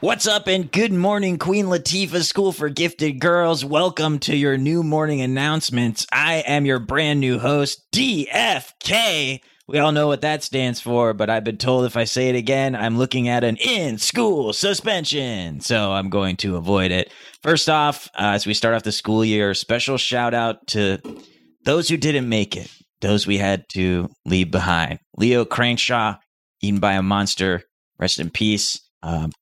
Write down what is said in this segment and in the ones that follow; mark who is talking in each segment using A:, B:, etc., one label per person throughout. A: What's up and good morning, Queen Latifah School for Gifted Girls. Welcome to your new morning announcements. I am your brand new host, DFK. We all know what that stands for, but I've been told if I say it again, I'm looking at an in school suspension. So I'm going to avoid it. First off, uh, as we start off the school year, special shout out to those who didn't make it, those we had to leave behind. Leo Crankshaw, eaten by a monster, rest in peace. Um,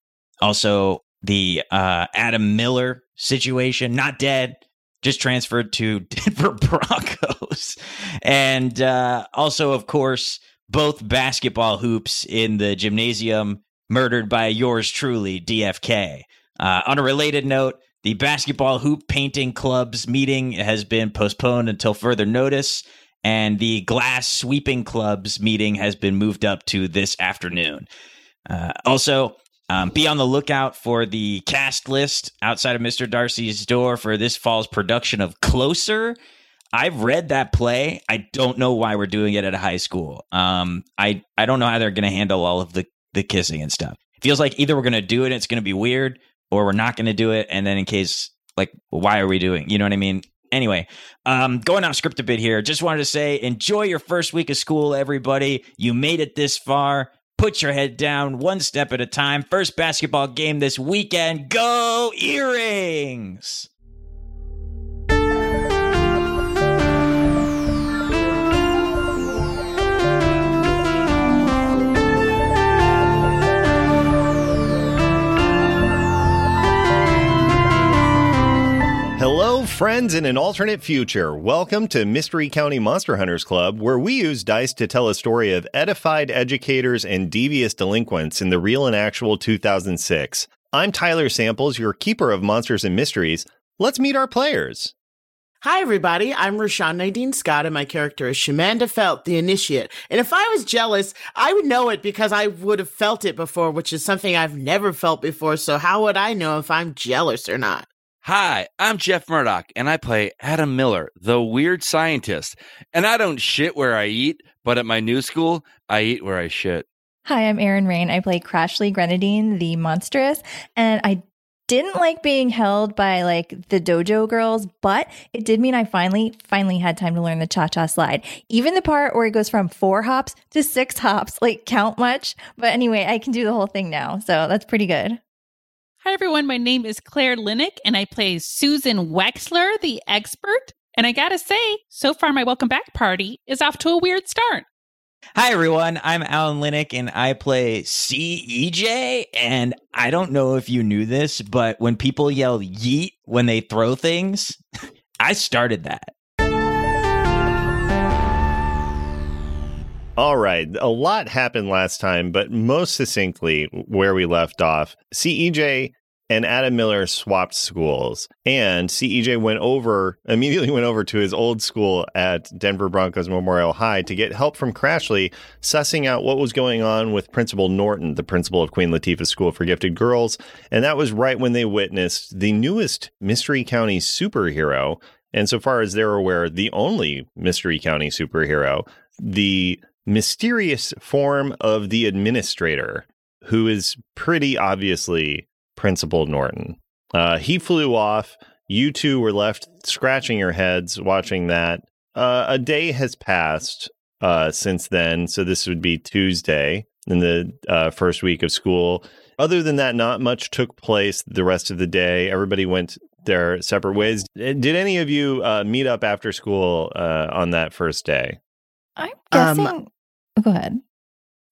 A: also, the uh, Adam Miller situation, not dead, just transferred to Denver Broncos. And uh, also, of course, both basketball hoops in the gymnasium murdered by yours truly, DFK. Uh, on a related note, the basketball hoop painting club's meeting has been postponed until further notice, and the glass sweeping club's meeting has been moved up to this afternoon. Uh, also, um, be on the lookout for the cast list outside of Mr. Darcy's door for this fall's production of Closer. I've read that play. I don't know why we're doing it at a high school. Um, I I don't know how they're going to handle all of the the kissing and stuff. It feels like either we're going to do it and it's going to be weird, or we're not going to do it. And then in case like, why are we doing? You know what I mean? Anyway, um, going off script a bit here. Just wanted to say, enjoy your first week of school, everybody. You made it this far. Put your head down one step at a time. First basketball game this weekend. Go earrings!
B: Hello, friends in an alternate future. Welcome to Mystery County Monster Hunters Club, where we use dice to tell a story of edified educators and devious delinquents in the real and actual 2006. I'm Tyler Samples, your keeper of monsters and mysteries. Let's meet our players.
C: Hi, everybody. I'm Rashawn Nadine Scott, and my character is Shamanda Felt, the initiate. And if I was jealous, I would know it because I would have felt it before, which is something I've never felt before. So, how would I know if I'm jealous or not?
D: Hi, I'm Jeff Murdoch, and I play Adam Miller, the weird scientist. And I don't shit where I eat, but at my new school, I eat where I shit.
E: Hi, I'm Erin Rain. I play Crashly Grenadine, the monstrous, and I didn't like being held by like the dojo girls, but it did mean I finally, finally had time to learn the cha cha slide. Even the part where it goes from four hops to six hops, like count much. But anyway, I can do the whole thing now. So that's pretty good.
F: Hi, everyone. My name is Claire Linick, and I play Susan Wexler, the expert. And I gotta say, so far, my welcome back party is off to a weird start.
A: Hi, everyone. I'm Alan Linick, and I play CEJ. And I don't know if you knew this, but when people yell yeet when they throw things, I started that.
B: All right, a lot happened last time, but most succinctly, where we left off, CEJ and Adam Miller swapped schools, and CEJ went over immediately went over to his old school at Denver Broncos Memorial High to get help from Crashly, sussing out what was going on with Principal Norton, the principal of Queen Latifah School for Gifted Girls, and that was right when they witnessed the newest Mystery County superhero, and so far as they're aware, the only Mystery County superhero, the mysterious form of the administrator, who is pretty obviously Principal Norton. Uh, he flew off. You two were left scratching your heads watching that. Uh, a day has passed uh, since then. So this would be Tuesday in the uh, first week of school. Other than that, not much took place the rest of the day. Everybody went their separate ways. Did any of you uh, meet up after school uh, on that first day?
E: I'm
C: Um,
E: guessing. oh, go ahead.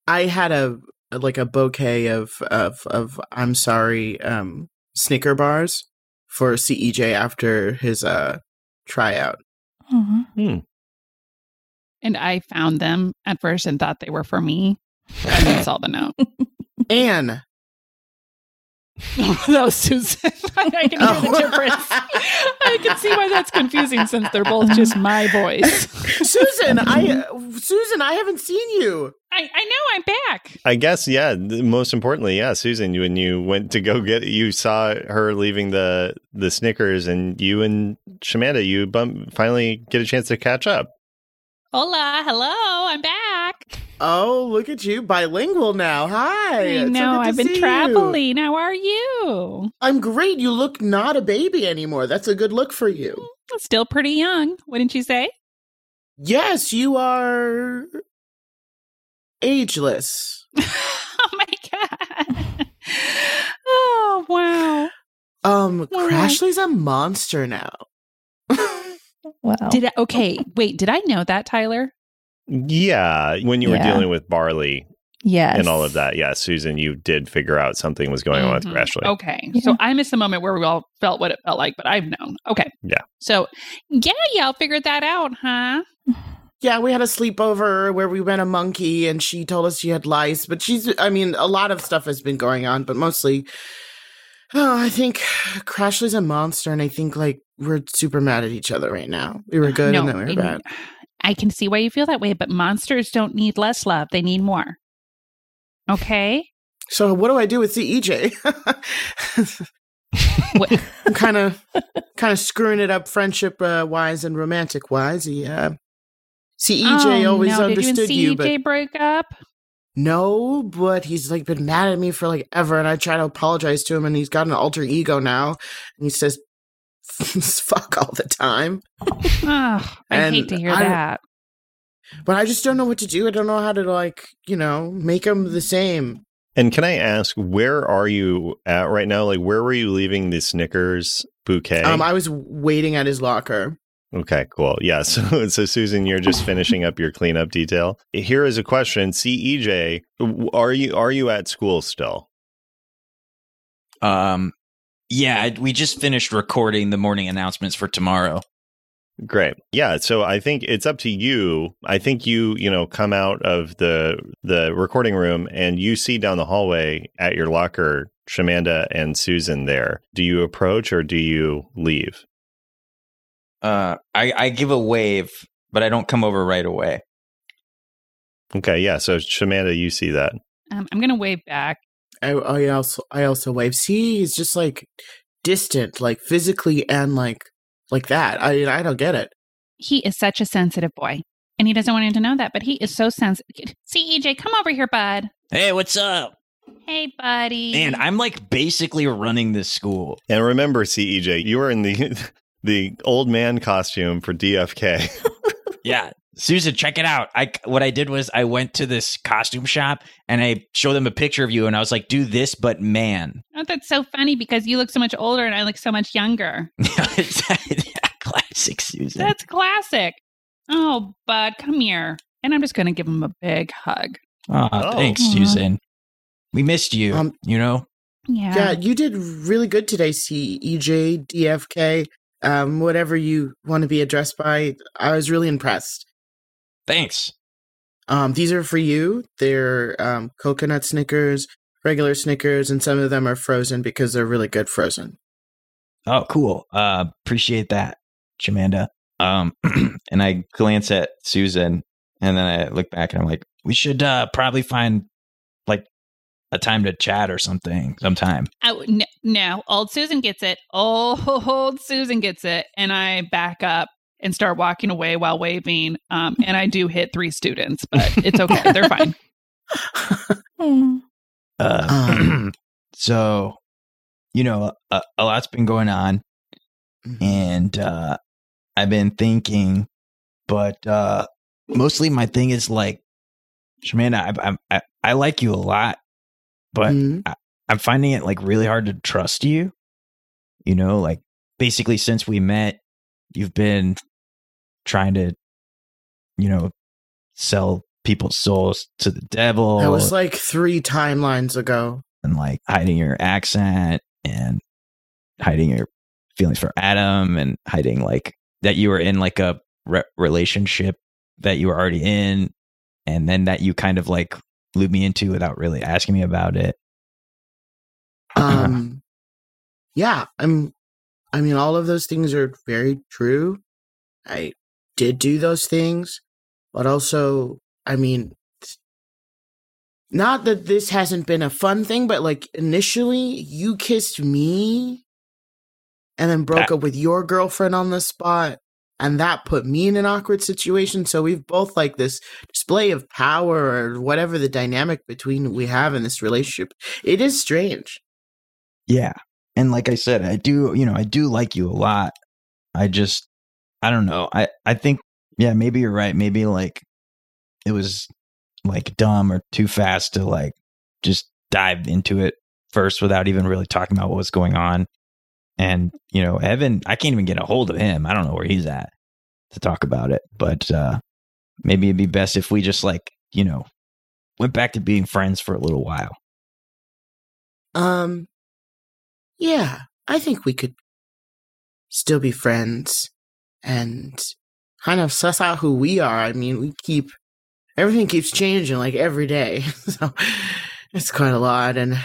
C: I had a like a bouquet of of of I'm sorry, um, Snicker bars for CEJ after his uh tryout.
E: Aw.
F: And I found them at first and thought they were for me. And then saw the note.
C: Anne,
F: that was Susan. I can hear the
C: Oh.
F: difference. I can see why that's confusing since they're both just my voice.
C: Susan, I Susan, I haven't seen you.
F: I, I know I'm back.
B: I guess, yeah. th- Most importantly, yeah, Susan, you- when you went to go get, you saw her leaving the the Snickers, and you and Shamanda, you bump, finally get a chance to catch up.
F: Hola. Hello. I'm back.
C: Oh, look at you, bilingual now. Hi.
F: I
C: It's so
F: know.
C: good to
F: I've been
C: see you.
F: traveling. How are you?
C: I'm great. You look not a baby anymore. That's a good look for you.
F: Still pretty young, wouldn't you say?
C: Yes, you are ageless.
F: oh my god. Oh wow.
C: Um,
F: All right.
C: Crashly's a monster now.
E: Wow.
C: Oh.
F: Did I, okay, wait, did I know that, Tyler?
B: Yeah, when you were
E: Yeah.
B: dealing with barley
E: yes. Mm-hmm.
B: and all of that. Yeah, Susan, you did figure out something was going on with
F: Mhm.
B: Crashly.
E: Oh.
F: Okay.
E: Yeah.
F: So I missed the moment where we all felt what it felt like, but I've known. Okay.
B: Yeah.
F: So yeah, y'all figured that out, huh?
C: Yeah, we had a sleepover where we went a monkey and she told us she had lice, but she's I mean, a lot of stuff has been going on, but mostly oh, I think Crashly's a monster and I think like we're super mad at each other right now. We were good and then we were
F: and
C: bad.
F: I can see why you feel that way, but monsters don't need less love. They need more. Okay?
C: So what do I do with E CEJ?
F: What-
C: I'm kind of kind of screwing it up friendship uh, wise and romantic wise. Yeah. CEJ
F: Oh,
C: always
F: no.
C: understood
F: Did you,
C: you,
F: and E
C: but
F: CJ break up?
C: No, but he's like been mad at me for like ever, and I try to apologize to him, and he's got an alter ego now, and he says fuck all the time.
F: Oh, I hate
C: And
F: to hear
C: I-
F: that.
C: But I just don't know what to do. I don't know how to like you know make him the same.
B: And can I ask, where are you at right now? Like, where were you leaving the Snickers bouquet?
C: Um, I was waiting at his locker.
B: okay, cool. Yeah. So, so Susan, you're just finishing up your cleanup detail. Here is a question: CEJ, w- are you are you at school still?
A: Um, yeah, I- we just finished recording the morning announcements for tomorrow.
B: Great. Yeah. So I think it's up to you. I think you, you know, come out of the the recording room and you see down the hallway at your locker Shamanda and Susan there. Do you approach or do you leave?
A: Uh, I, I give a wave, but I don't come over right away.
B: Okay, yeah. So Shamanda, you see that.
F: Um, I'm going to wave back.
C: I, I also I also wave. See, he's just like distant, like physically and like like that. I I don't get it.
F: He is such a sensitive boy. And he doesn't want him to know that, but he is so sensitive. See, EJ, come over here, bud.
A: Hey, what's up?
F: Hey, buddy.
A: Man, I'm like basically running this school.
B: And remember, CEJ, you were in the the old man costume for DFK.
A: Yeah. Susan, check it out. I what I did was I went to this costume shop and I showed them a picture of you and I was like, "Do this but man."
F: Oh, that's so funny because you look so much older and I look so much younger.
A: Classic Susan.
F: That's classic. Oh, bud, come here. And I'm just going to give him a big hug.
A: Aw,
B: Oh.
A: thanks,
F: Aw.
A: Susan. We missed you,
C: Um,
A: you know?
F: Yeah.
C: Yeah, you did really good today, E, CEJ, DFK, um, whatever you want to be addressed by. I was really impressed.
A: Thanks.
C: Um, these are for you. They're um, coconut Snickers, regular Snickers, and some of them are frozen because they're really good frozen.
A: Oh, cool. Uh, appreciate that, Jamanda. Um, and I glance at Susan, and then I look back, and I'm like, we should uh, probably find like a time to chat or something sometime.
F: Oh, no, no, old Susan gets it. Old Susan gets it. And I back up and start walking away while waving. Um, and I do hit three students, but it's okay. They're fine.
E: Hmm.
A: Uh,
C: Um.
A: so, you know, a, a lot's been going on, and uh, I've been thinking, but uh, mostly my thing is like, Jamanda, I, I I I like you a lot, but
C: Mhm.
A: I'm finding it like really hard to trust you. You know, like basically since we met, you've been trying to, you know, sell people's souls to the devil
C: That was like three timelines ago.
A: and like hiding your accent and hiding your feelings for Adam and hiding like that you were in like a re- relationship that you were already in and then that you kind of like looped me into without really asking me about it.
C: Um, yeah, I'm. I mean, all of those things are very true. I did do those things, but also, I mean, not that this hasn't been a fun thing, but like initially, you kissed me, and then broke
A: Ah.
C: up with your girlfriend on the spot, and that put me in an awkward situation. So we've both like this display of power or whatever the dynamic between we have in this relationship. It is strange.
A: Yeah. And like I said, I do, you know, I do like you a lot. I just I don't know. I I think yeah, maybe you're right. Maybe like it was like dumb or too fast to like just dive into it first without even really talking about what was going on. And, you know, Evan, I can't even get a hold of him. I don't know where he's at to talk about it, but uh maybe it'd be best if we just like, you know, went back to being friends for a little while.
C: Um, yeah, I think we could still be friends and kind of suss out who we are. I mean, we keep everything keeps changing like every day, so it's quite a lot. And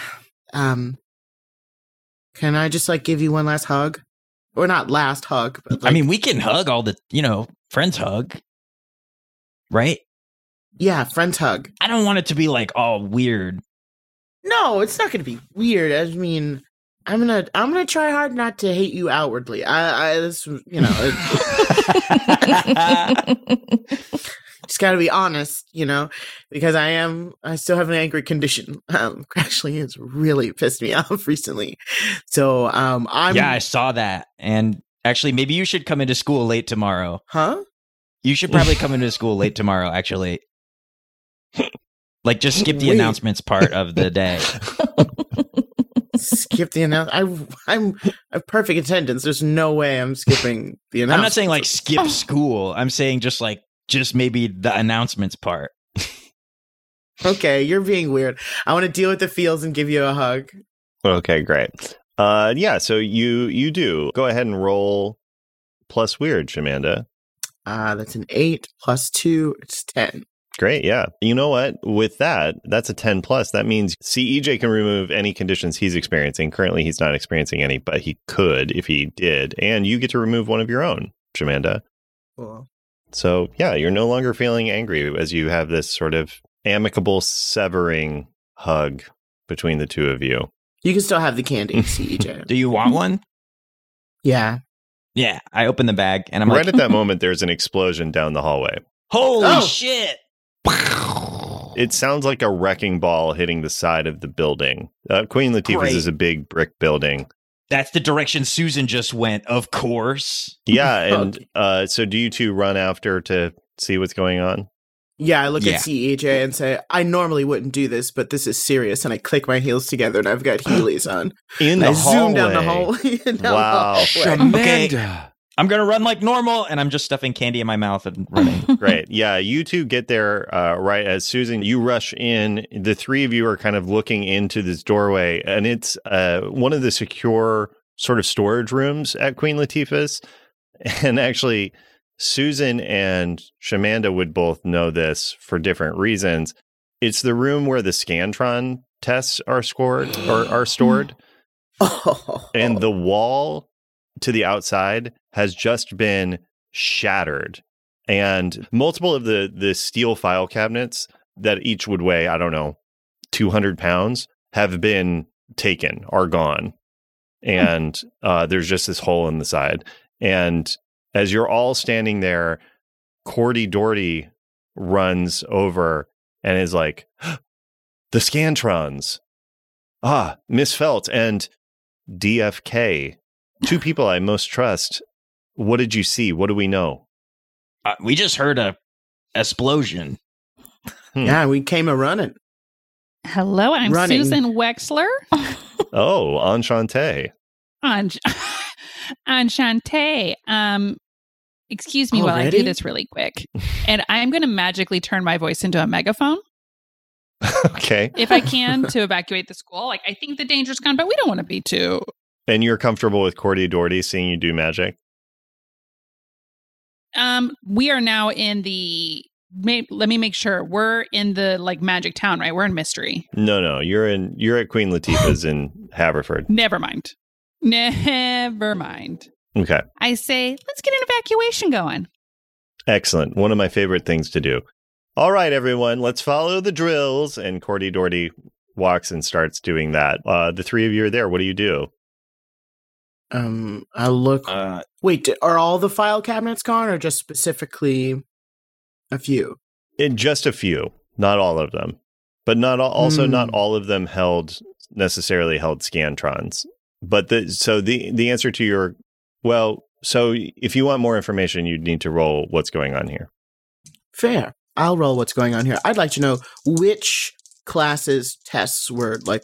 C: um, can I just like give you one last hug, or not last hug? But
A: I
C: like-
A: mean, we can hug all the, you know, friends hug. Right?
C: yeah, friends hug.
A: I don't want it to be like all weird.
C: No, it's not going to be weird. I mean, I'm gonna I'm gonna try hard not to hate you outwardly. I, I this was- you know it, just got to be honest, you know, because I am I still have an angry condition. Um, Crashly has really pissed me off recently, so um I'm
A: yeah, I saw that. And actually, maybe you should come into school late tomorrow.
C: huh
A: You should probably come into school late tomorrow, actually. Like, just skip the
C: Wait.
A: announcements part of the day.
C: skip the announcement. I I'm I have perfect attendance. There's no way I'm skipping the announcement.
A: I'm not saying like skip school. I'm saying just like, just maybe the announcements part.
C: okay, you're being weird. I want to deal with the feels and give you a hug.
B: Okay, great. Uh, yeah, so you you do go ahead and roll plus weird, Shamanda.
C: Uh, that's an eight plus two. It's ten.
B: Great, yeah. You know what? With that, that's a ten plus. That means CEJ can remove any conditions he's experiencing. Currently, he's not experiencing any, but he could if he did, and you get to remove one of your own, Shamanda.
C: Cool.
B: So yeah, you're no longer feeling angry as you have this sort of amicable severing hug between the two of you.
C: You can still have the candy, CEJ.
A: Do you want one?
C: yeah.
A: Yeah. I open the bag and I'm
B: right
A: like,
B: at that moment, there's an explosion down the hallway.
A: holy
C: Oh.
A: shit.
B: It sounds like a wrecking ball hitting the side of the building. Uh, Queen Latifah's
A: Great.
B: is a big brick building.
A: That's the direction Susan just went, of course.
B: Yeah, and
C: Okay.
B: uh, so do you two run after to see what's going on?
C: Yeah, I look
A: Yeah.
C: at CEJ and say, I normally wouldn't do this, but this is serious. And I click my heels together and I've got Heelys on.
B: In the
C: I
B: hallway.
C: zoom down the hallway. and down the
B: Wow.
C: hallway.
A: Okay.
D: Amanda.
A: I'm gonna run like normal, and I'm just stuffing candy in my mouth and running.
B: Great. Yeah, you two get there uh, right as Susan. You rush in. The three of you are kind of looking into this doorway, and it's uh, one of the secure sort of storage rooms at Queen Latifah's. And actually, Susan and Shamanda would both know this for different reasons. It's the room where the Scantron tests are scored or are stored,
C: Oh.
B: and the wall to the outside has just been shattered and multiple of the the steel file cabinets that each would weigh i don't know 200 pounds have been taken are gone and uh, there's just this hole in the side and as you're all standing there cordy doherty runs over and is like the scantrons ah miss felt and dfk two people i most trust what did you see what do we know
A: Uh, we just heard a explosion.
C: yeah, we came a running.
F: Hello, I'm
C: Running.
F: Susan Wexler.
B: Oh, enchanté.
F: Anj- Enchante. Um, excuse me while I
C: Already?
F: do this really quick. And I'm going to magically turn my voice into a megaphone
B: Okay.
F: if I can to evacuate the school. Like, I think the danger's gone, but we don't want to be too.
B: And you're comfortable with Cordy Doherty seeing you do magic?
F: Um, we are now in the. May, let me make sure we're in the like magic town, right? We're in mystery.
B: No, no. You're in you're at Queen Latifah's in Haverford.
F: Never mind. Never mind.
B: Okay.
F: I say, let's get an evacuation going.
B: Excellent. One of my favorite things to do. All right, everyone, let's follow the drills. And Cordy Doherty walks and starts doing that. Uh, the three of you are there. What do you do?
C: Um, I look.
A: Uh,
C: Wait, d- are all the file cabinets gone, or just specifically a few?
B: In just a few, not all of them, but not all, also
C: Hmm.
B: not all of them held necessarily held scantrons. But the so the the answer to your well, so if you want more information, you'd need to roll what's going on here.
C: Fair. I'll roll what's going on here. I'd like to know which classes tests were like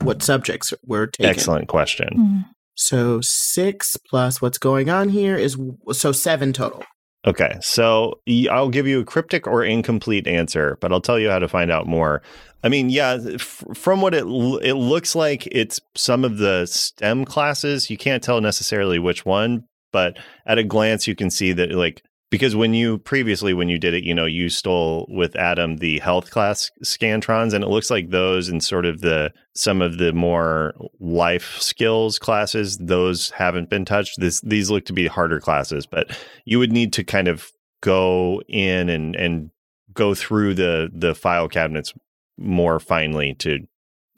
C: what subjects were taken.
B: Excellent question.
E: Hmm.
C: So six plus what's going on here is so seven total.
B: Okay, so y- I'll give you a cryptic or incomplete answer, but I'll tell you how to find out more. I mean, yeah, f- from what it l- it looks like, it's some of the STEM classes. You can't tell necessarily which one, but at a glance, you can see that like because when you previously when you did it, you know, you stole with Adam the health class scantrons, and it looks like those and sort of the some of the more life skills classes those haven't been touched. This these look to be harder classes, but you would need to kind of go in and and go through the the file cabinets more finely to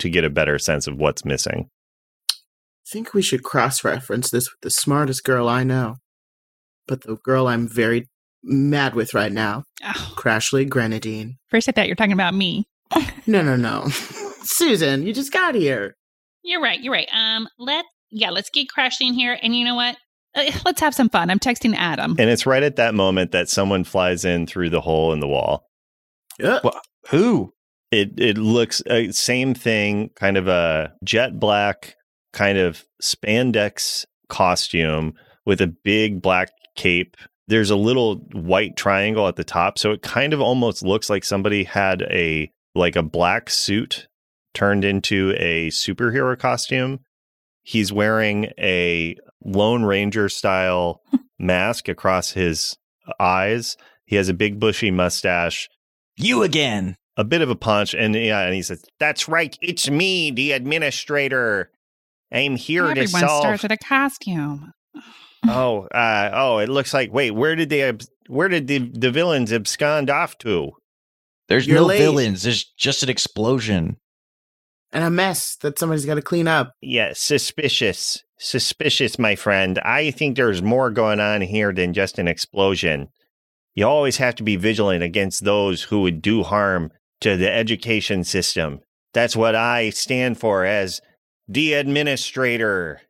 B: to get a better sense of what's missing.
C: I think we should cross reference this with the smartest girl I know, but the girl I'm very mad with right now,
F: Oh,
C: Crashly Grenadine.
F: first, I thought you were talking about me.
C: No, no, no, Susan, you just got here.
F: You're right. You're right. Um, let yeah, let's get crashed in here, and you know what? Uh, let's have some fun. I'm texting Adam.
B: And it's right at that moment that someone flies in through the hole in the wall.
C: Uh,
D: Well- Who?
B: It it looks uh, same thing, kind of a jet black kind of spandex costume with a big black cape. There's a little white triangle at the top, so it kind of almost looks like somebody had a like a black suit turned into a superhero costume. He's wearing a Lone Ranger style mask across his eyes. He has a big bushy mustache,
A: you again.
B: a bit of a punch, and yeah, and he says, "That's right, it's me, the administrator. I'm here
F: Everyone
B: to solve."
F: starts with a costume.
B: oh, uh, oh, it looks like wait, where did they? Abs- where did the, the villains abscond off to?
A: There's
C: You're
A: no
C: late.
A: villains. There's just an explosion.
C: and a mess that somebody's got to clean up.
B: Yeah, suspicious. Suspicious, my friend. I think there's more going on here than just an explosion. You always have to be vigilant against those who would do harm to the education system. That's what I stand for as the administrator.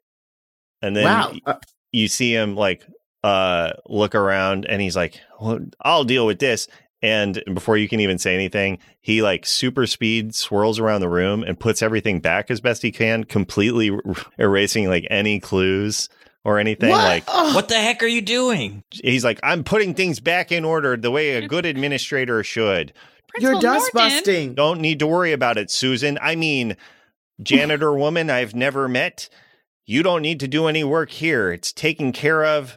B: And then
C: wow, uh,
B: you see him like uh look around and he's like well, i'll deal with this and before you can even say anything he like super speed swirls around the room and puts everything back as best he can completely r- erasing like any clues or anything like
C: Ugh.
A: What the heck are you doing?
B: he's like i'm putting things back in order the way a good administrator should
C: You're
F: Principal
C: dust
F: Norton,
C: busting.
B: don't need to worry about it susan i mean janitor woman i've never met you don't need to do any work here it's taken care of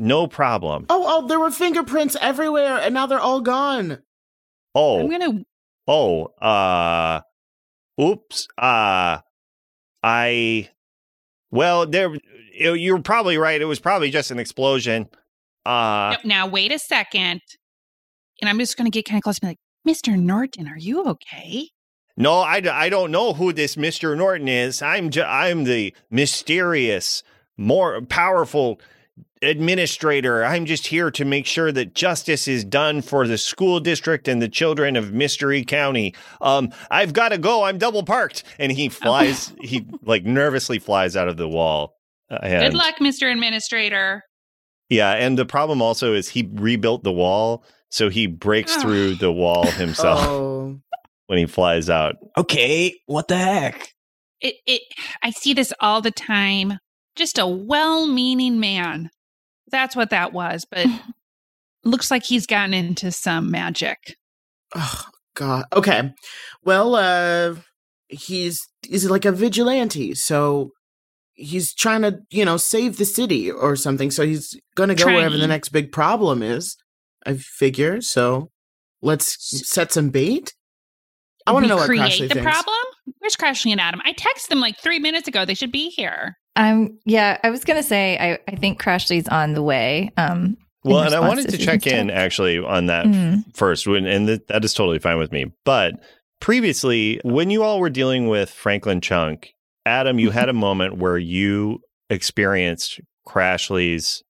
B: no problem
C: Oh, oh, there were fingerprints everywhere, and now they're all gone.
B: Oh,
F: I'm gonna.
B: oh, uh, oops, uh, I, well, there, you- you're probably right. It was probably just an explosion. Uh,
F: Nope, now wait a second, and I'm just gonna get kind of close and be like, "Mr. Norton, are you okay?"
B: no, I, d- I don't know who this Mr. Norton is. I'm, ju- I'm the mysterious, more powerful administrator. I'm just here to make sure that justice is done for the school district and the children of Mystery County. Um, I've got to go. I'm double parked. And he flies, he like nervously flies out of the wall. Uh, and-
F: Good luck, Mr. Administrator.
B: Yeah. And the problem also is he rebuilt the wall. So he breaks
F: Ah.
B: through the wall himself
C: Oh,
B: when he flies out.
A: Okay, what the heck?
F: It, it. I see this all the time. Just a well-meaning man. That's what that was, but looks like he's gotten into some magic.
C: oh God. Okay. Well, uh, he's he's like a vigilante, so he's trying to you know save the city or something. So he's gonna go wherever the
F: Trying.
C: next big problem is. I figure. So let's set some bait. I want to
F: We
C: know what
F: create
C: Crashly
F: the
C: thinks.
F: problem. Where's Crashly and Adam? I texted them like three minutes ago. They should be here.
E: I'm Um, yeah, I was gonna say I, I think Crashly's on the way. Um in
B: Well, and I
E: response
B: wanted to
E: Susan's
B: check in
E: text.
B: actually on that
E: Mm.
B: first, when, and th- that is totally fine with me. But previously, when you all were dealing with Franklin Chunk, Adam, you had a moment where you experienced Crashly's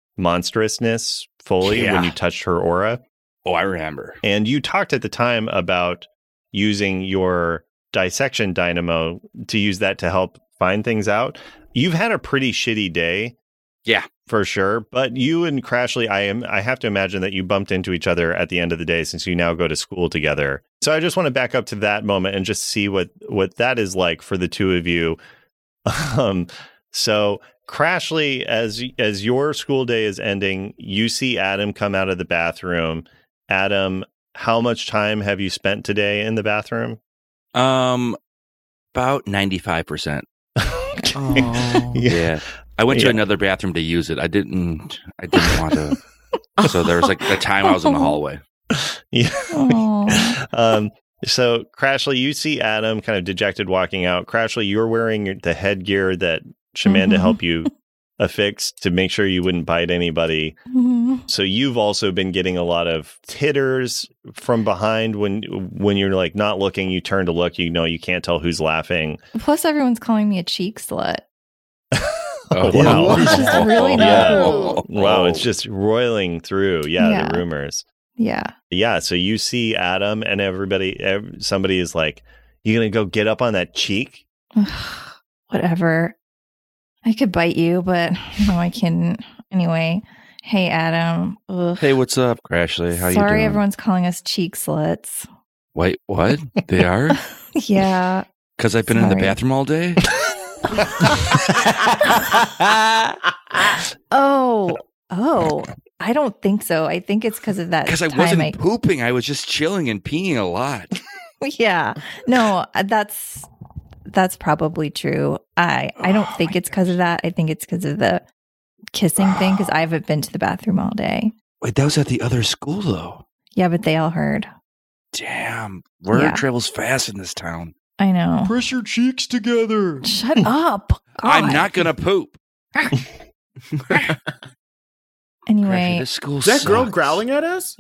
B: monstrousness fully
D: Yeah.
B: when you touched her aura.
D: Oh, I remember.
B: And you talked at the time about using your dissection dynamo to use that to help find things out. You've had a pretty shitty day.
D: Yeah.
B: For sure. But you and Crashly, I am I have to imagine that you bumped into each other at the end of the day since you now go to school together. So I just want to back up to that moment and just see what what that is like for the two of you. Um so Crashly, as as your school day is ending, you see Adam come out of the bathroom. Adam, how much time have you spent today in the bathroom?
D: Um, about ninety five percent.
A: Oh.
D: Yeah, I went
B: Yeah.
D: to another bathroom to use it. I didn't. I didn't want to. So there was like a time I was in the hallway.
B: yeah.
E: Aw.
B: um, so Crashly, you see Adam kind of dejected walking out. Crashly, you're wearing your, the headgear that Shamanda
E: Mhm.
B: helped you affix to make sure you wouldn't bite anybody.
E: Mhm.
B: So you've also been getting a lot of titters from behind when when you're like not looking, you turn to look, you know you can't tell who's laughing.
E: Plus, everyone's calling me a cheek slut.
B: Oh, wow.
E: It's just really
B: not
E: cool.
B: Wow, it's just roiling through. Yeah,
E: Yeah.
B: the rumors.
E: Yeah.
B: Yeah, so you see Adam and everybody ev- somebody is like, "You going to go get up on that cheek?"
E: Whatever. I could bite you, but no, I couldn't. Anyway, hey, Adam. Ugh.
D: Hey, what's up, Crashly? How you
E: Sorry,
D: doing?
E: everyone's calling us cheek sluts.
D: Wait, what? They are
E: yeah.
D: because I've been in the
E: Sorry.
D: bathroom all day.
E: Oh, oh. I don't think so. I think it's because of that.
D: Because I
E: time
D: wasn't pooping. I was just chilling and peeing a lot.
E: yeah no uh, that's that's probably true i i don't
D: Oh
E: think it's because of that i think it's because of the kissing thing because i haven't been to the bathroom all day
D: Wait, that was at the other school though.
E: yeah but they all heard
D: Damn, word
E: Yeah.
D: travels fast in this town.
E: i know
B: Press your cheeks together.
E: shut up God.
D: I'm not gonna poop. Crashly,
E: anyway
D: this school
C: Is that girl
D: sucks.
C: growling at us?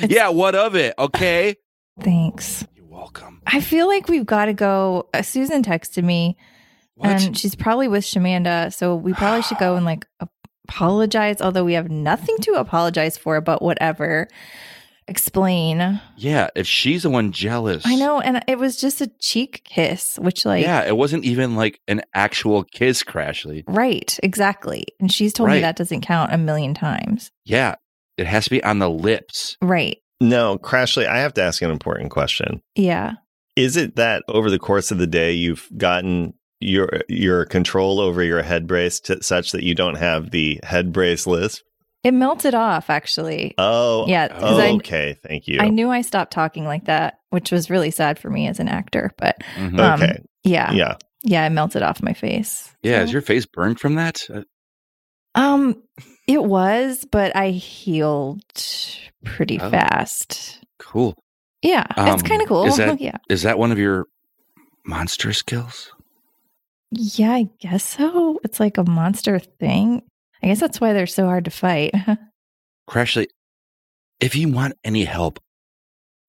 D: Yeah, what of it? Okay.
E: thanks
D: You're welcome.
E: i feel like we've got to go uh, susan texted me
D: What?
E: and she's probably with shamanda so we probably should go and like apologize although we have nothing to apologize for but whatever explain
D: yeah, if she's the one jealous.
E: I know, and it was just a cheek kiss, which like
D: yeah, it wasn't even like an actual kiss, Crashly.
E: right, exactly. And she's told me
D: Right.
E: that doesn't count a million times.
D: Yeah, it has to be on the lips.
E: Right.
B: No, Crashly, I have to ask an important question.
E: Yeah.
B: Is it that over the course of the day you've gotten your your control over your head brace to, such that you don't have the head brace lisp?
E: It melted off actually.
B: Oh,
E: yeah,
B: Oh,
E: because I
B: okay. Thank you.
E: I knew I stopped talking like that, which was really sad for me as an actor, but
D: Mhm.
E: um,
B: okay.
E: yeah.
B: yeah.
E: Yeah, it melted off my face.
D: yeah,
E: So-
D: is your face burned from that? Uh,
E: Um it was, but I healed pretty
D: Oh.
E: fast.
D: cool.
E: Yeah, it's
D: Um,
E: kind of cool.
D: is that-
E: yeah.
D: Is that one of your monster skills?
E: Yeah, I guess so. It's like a monster thing. I guess that's why they're so hard to fight.
D: Crashly, if you want any help,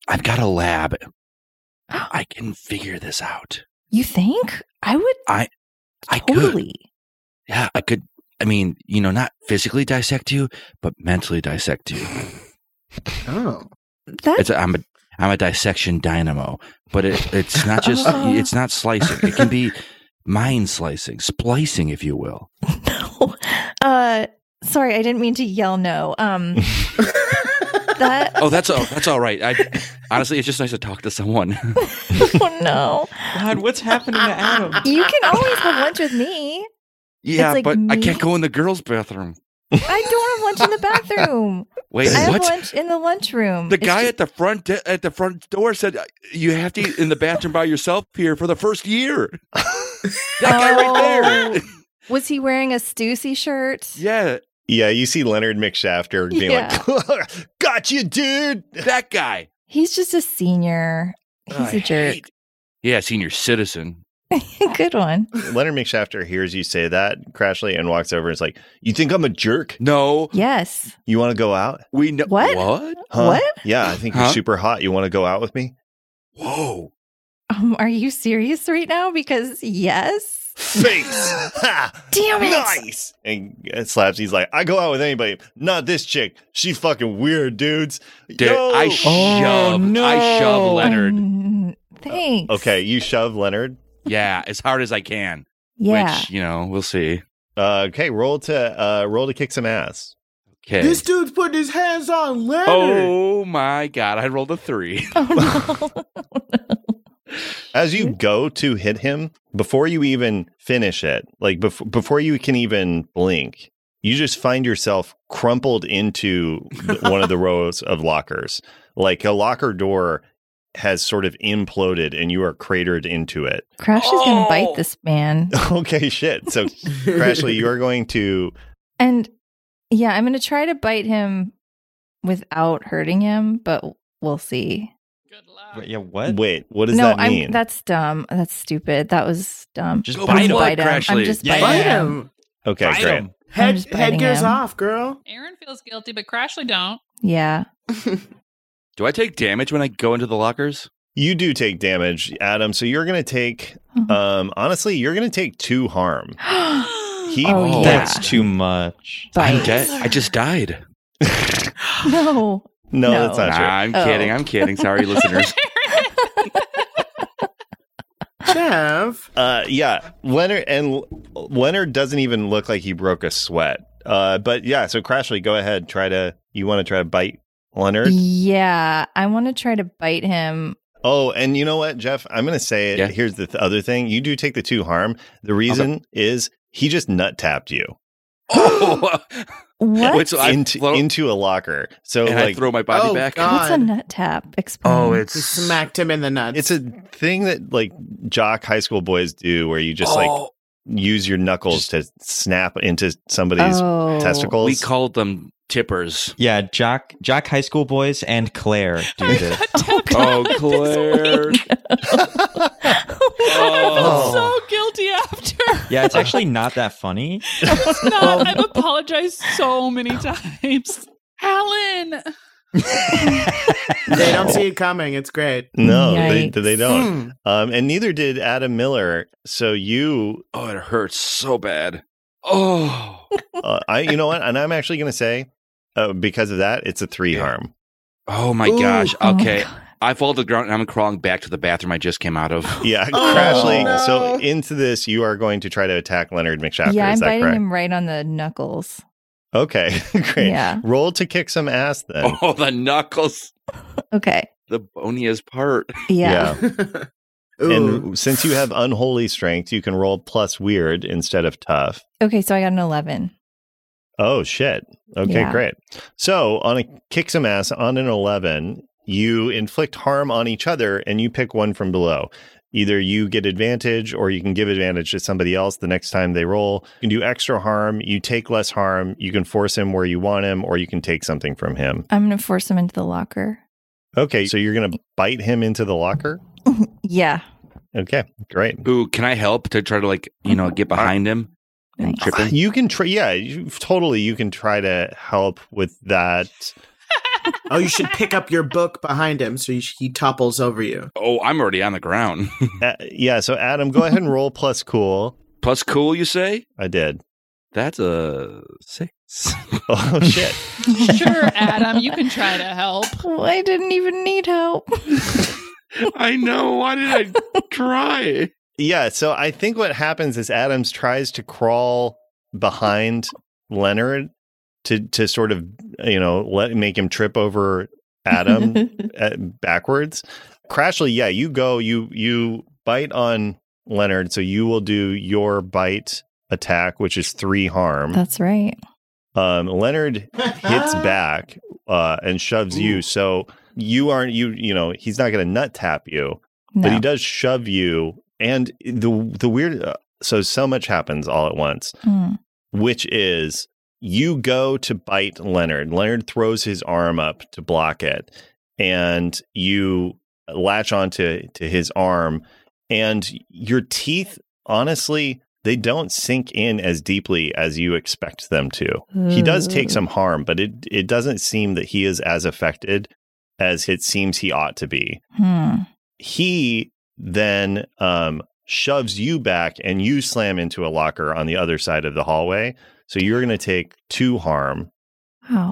D: I've got a lab. I can figure this out.
E: You think? I would
D: I- I could.
E: totally.
D: Yeah, I could. I mean, you know, not physically dissect you, but mentally dissect you.
C: Oh.
E: That
D: It's a, I'm a I'm a dissection dynamo, but it, it's not just
E: Oh.
D: it's not slicing. It can be mind slicing, splicing, if you will.
E: no. Uh sorry, I didn't mean to yell no. Um that
D: Oh, that's all. That's all right. I honestly, it's just nice to talk to someone.
E: Oh no.
A: God, what's happening to Adam?
E: You can always have lunch with me.
D: Yeah,
E: like
D: but I
E: me-
D: can't go in the girls' bathroom.
E: I don't have lunch in the bathroom.
D: Wait,
E: I have
D: what?
E: lunch in the lunchroom.
D: The
E: It's
D: guy
E: ju-
D: at the front de- at the front door said "Uh, you have to eat in the bathroom by yourself here for the first year. That guy right there.
E: Oh. was he wearing a Stussy shirt?
D: yeah,
B: Yeah, you see Leonard McShafter being like, "Got you, dude."
D: that guy.
E: He's just a senior. He's
D: I
E: a jerk.
D: hate- Yeah, senior citizen.
E: Good one.
B: Leonard McShafter hears you say that, Crashly, and walks over and is like, "You think I'm a jerk?
D: No,
E: Yes.
B: You want to go out?
D: we know
E: What?
B: Huh?
E: What?
B: Yeah, I think you're
D: Huh?
B: super hot. You want to go out with me?
D: Whoa.
E: Um, are you serious right now? Because yes.
B: face. Ha!
E: Damn it.
B: Nice. And uh, slaps. He's like, I go out with anybody, not this chick. She fucking weird, dudes.
D: Dude,
B: Yo!
E: Oh,
D: I shove. I shove
A: no.
D: Leonard.
E: Mm, Thanks.
B: okay, you shove Leonard.
D: Yeah, as hard as I can.
E: Yeah.
D: Which, you know, we'll see.
B: Uh, okay, roll to uh, roll to kick some ass.
D: Okay.
C: This dude's putting his hands on Leonard.
D: oh my God. I rolled a three.
E: oh no.
B: As
E: Mm-hmm.
B: you go to hit him, before you even finish it, like bef- before you can even blink, you just find yourself crumpled into th- one of the rows of lockers. Like a locker door has sort of imploded and you are cratered into it.
E: Crash is going to bite
D: Oh.
E: this man.
B: okay, shit. So, Crashly, you are going to.
E: And yeah, I'm going to try to bite him without hurting him, but we'll see.
F: Good
A: Wait,
F: luck.
A: Yeah, what?
B: Wait, what does
E: no,
B: that mean?
E: I'm that's dumb. That's stupid. That was dumb.
A: Just
D: Go
A: bite him.
D: for blood,
E: I'm
D: Crashly.
E: just
A: Yeah.
E: biting
C: Bite
E: him.
C: him.
B: okay,
D: Bite
B: great.
D: 'em.
E: I'm
C: Head,
E: just biting
C: headgear's
E: him.
C: off, girl.
F: Aaron feels guilty, but Crashly don't.
E: Yeah.
D: Do I take damage when I go into the lockers?
B: You do take damage, Adam. So, you're going to take.
E: Mhm.
B: Um, honestly, you're going to take two harm. Uh, He
E: Oh,
A: That's
E: yeah.
A: too much.
D: I'm
E: Bite.
D: dead. I just died.
E: No.
B: No,
E: No.
B: that's not
D: Nah,
B: true.
D: I'm
E: Oh.
D: kidding. I'm kidding. Sorry, listeners.
C: Jeff.
B: Uh, yeah, Leonard and L- Leonard doesn't even look like he broke a sweat. Uh, but yeah, so Crashly, go ahead. Try to you want to try to bite Leonard?
E: Yeah. I want to try to bite him.
B: Oh, and you know what, Jeff? I'm gonna say it.
D: Yeah.
B: Here's the th- other thing: you do take the two harm. The reason is he just nut tapped you
D: oh,
E: What?
D: Wait, so I
B: into
D: float-
B: into a locker. So
D: and I
B: like, Oh,
D: throw my body
C: Oh,
D: back.
C: God.
E: What's a nut tap? Explain.
C: He smacked him in the nuts.
B: it's a thing that like jock high school boys do, where you just like
D: Oh,
B: use your knuckles to snap into somebody's
E: oh.
B: testicles.
D: we called them tippers.
A: Yeah, Jock, Jock High School boys and Claire do this.
E: Oh,
D: Oh,
E: God. This
D: Claire.
E: week.
F: I feel
A: Oh.
F: so guilty after.
A: Yeah, it's actually not that funny.
F: It's not. I've apologized so many times. Alan,
C: they don't see it coming. It's great.
B: no, they,
E: Yikes. Hmm.
B: they don't.
C: Mm.
B: Um, and neither did Adam Miller. So you,
D: Oh, it hurts so bad. Oh,
B: uh, I, you know what? And I'm actually going to say, uh, because of that, it's a three
D: Yeah.
B: harm.
D: oh my
C: Ooh.
D: gosh.
E: Oh my
D: Okay,
E: God.
D: I fall to the ground and I'm crawling back to the bathroom I just came out of.
B: Yeah,
C: Oh,
B: Crashly.
C: no.
B: So into this, you are going to try to attack Leonard McShafter.
E: yeah, I'm
B: is that
E: biting
B: correct?
E: him right on the knuckles.
B: Okay, great.
E: Yeah.
B: Roll to kick some ass then.
D: Oh, the knuckles,
E: Okay.
D: the boniest part.
E: Yeah.
C: Ooh.
B: And since you have unholy strength, you can roll plus weird instead of tough.
E: Okay, so I got an 11.
B: Oh shit. Okay,
E: Yeah.
B: great. So on a kick some ass on an eleven, you inflict harm on each other and you pick one from below. Either you get advantage or you can give advantage to somebody else the next time they roll. You can do extra harm, you take less harm, you can force him where you want him, or you can take something from him.
E: I'm going to force him into the locker.
B: Okay, so you're gonna bite him into the locker?
E: Yeah.
B: Okay, great.
D: Ooh, can I help to try to like you know get behind him and
E: Nice.
D: trip him?
B: You can try, yeah, you, totally. You can try to help with that.
C: oh, you should pick up your book behind him so you sh- he topples over you.
D: Oh, I'm already on the ground.
B: Uh, yeah, so Adam, go ahead and roll plus cool.
D: Plus, cool. You say
B: I did.
D: that's a six.
B: Oh, shit.
F: sure, Adam, you can try to help.
E: Well, I didn't even need help.
D: I know. Why did I try?
B: Yeah, so I think what happens is Adams tries to crawl behind Leonard to to sort of you know let make him trip over Adam uh, backwards. Crashly, yeah, you go, you you bite on Leonard, so you will do your bite attack, which is three harm.
E: That's right.
B: Um, Leonard hits
C: Ah.
B: back uh, and shoves you, so you aren't you you know he's not going to nut tap you, but
E: No.
B: he does shove you and the the weird uh, so so much happens all at once
E: Mm.
B: which is you go to bite leonard leonard throws his arm up to block it and you latch onto to his arm and your teeth honestly they don't sink in as deeply as you expect them to he does take
E: Mm. Ooh.
B: some harm but it it doesn't seem that he is as affected as it seems he ought to be
E: Hmm.
B: he then um shoves you back and you slam into a locker on the other side of the hallway. So you're going to take two harm.
E: Oh.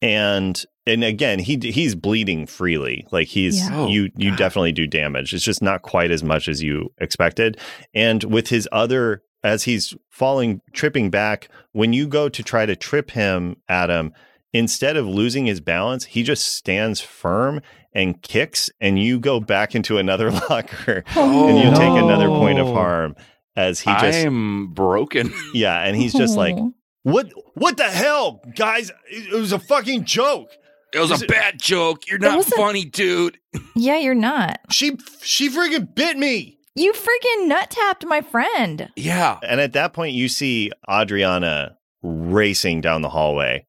B: And and again, he he's bleeding freely. Like he's
E: Yeah.
D: Oh,
B: you you
D: God.
B: definitely do damage. It's just not quite as much as you expected. And with his other as he's falling tripping back, when you go to try to trip him, Adam, instead of losing his balance, he just stands firm and kicks and you go back into another locker and you take another point of
A: no.
B: harm as he just
D: Oh, I'm broken.
B: yeah and he's just like
E: Oh.
B: what what the hell guys it it was a fucking joke
D: It was
B: Is
D: a
B: it-
D: bad joke. You're
E: That
D: not
E: wasn't-
D: funny, dude.
E: Yeah, you're not.
B: she she freaking bit me
E: You freaking nut tapped my friend.
D: Yeah.
B: and at that point you see adriana racing down the hallway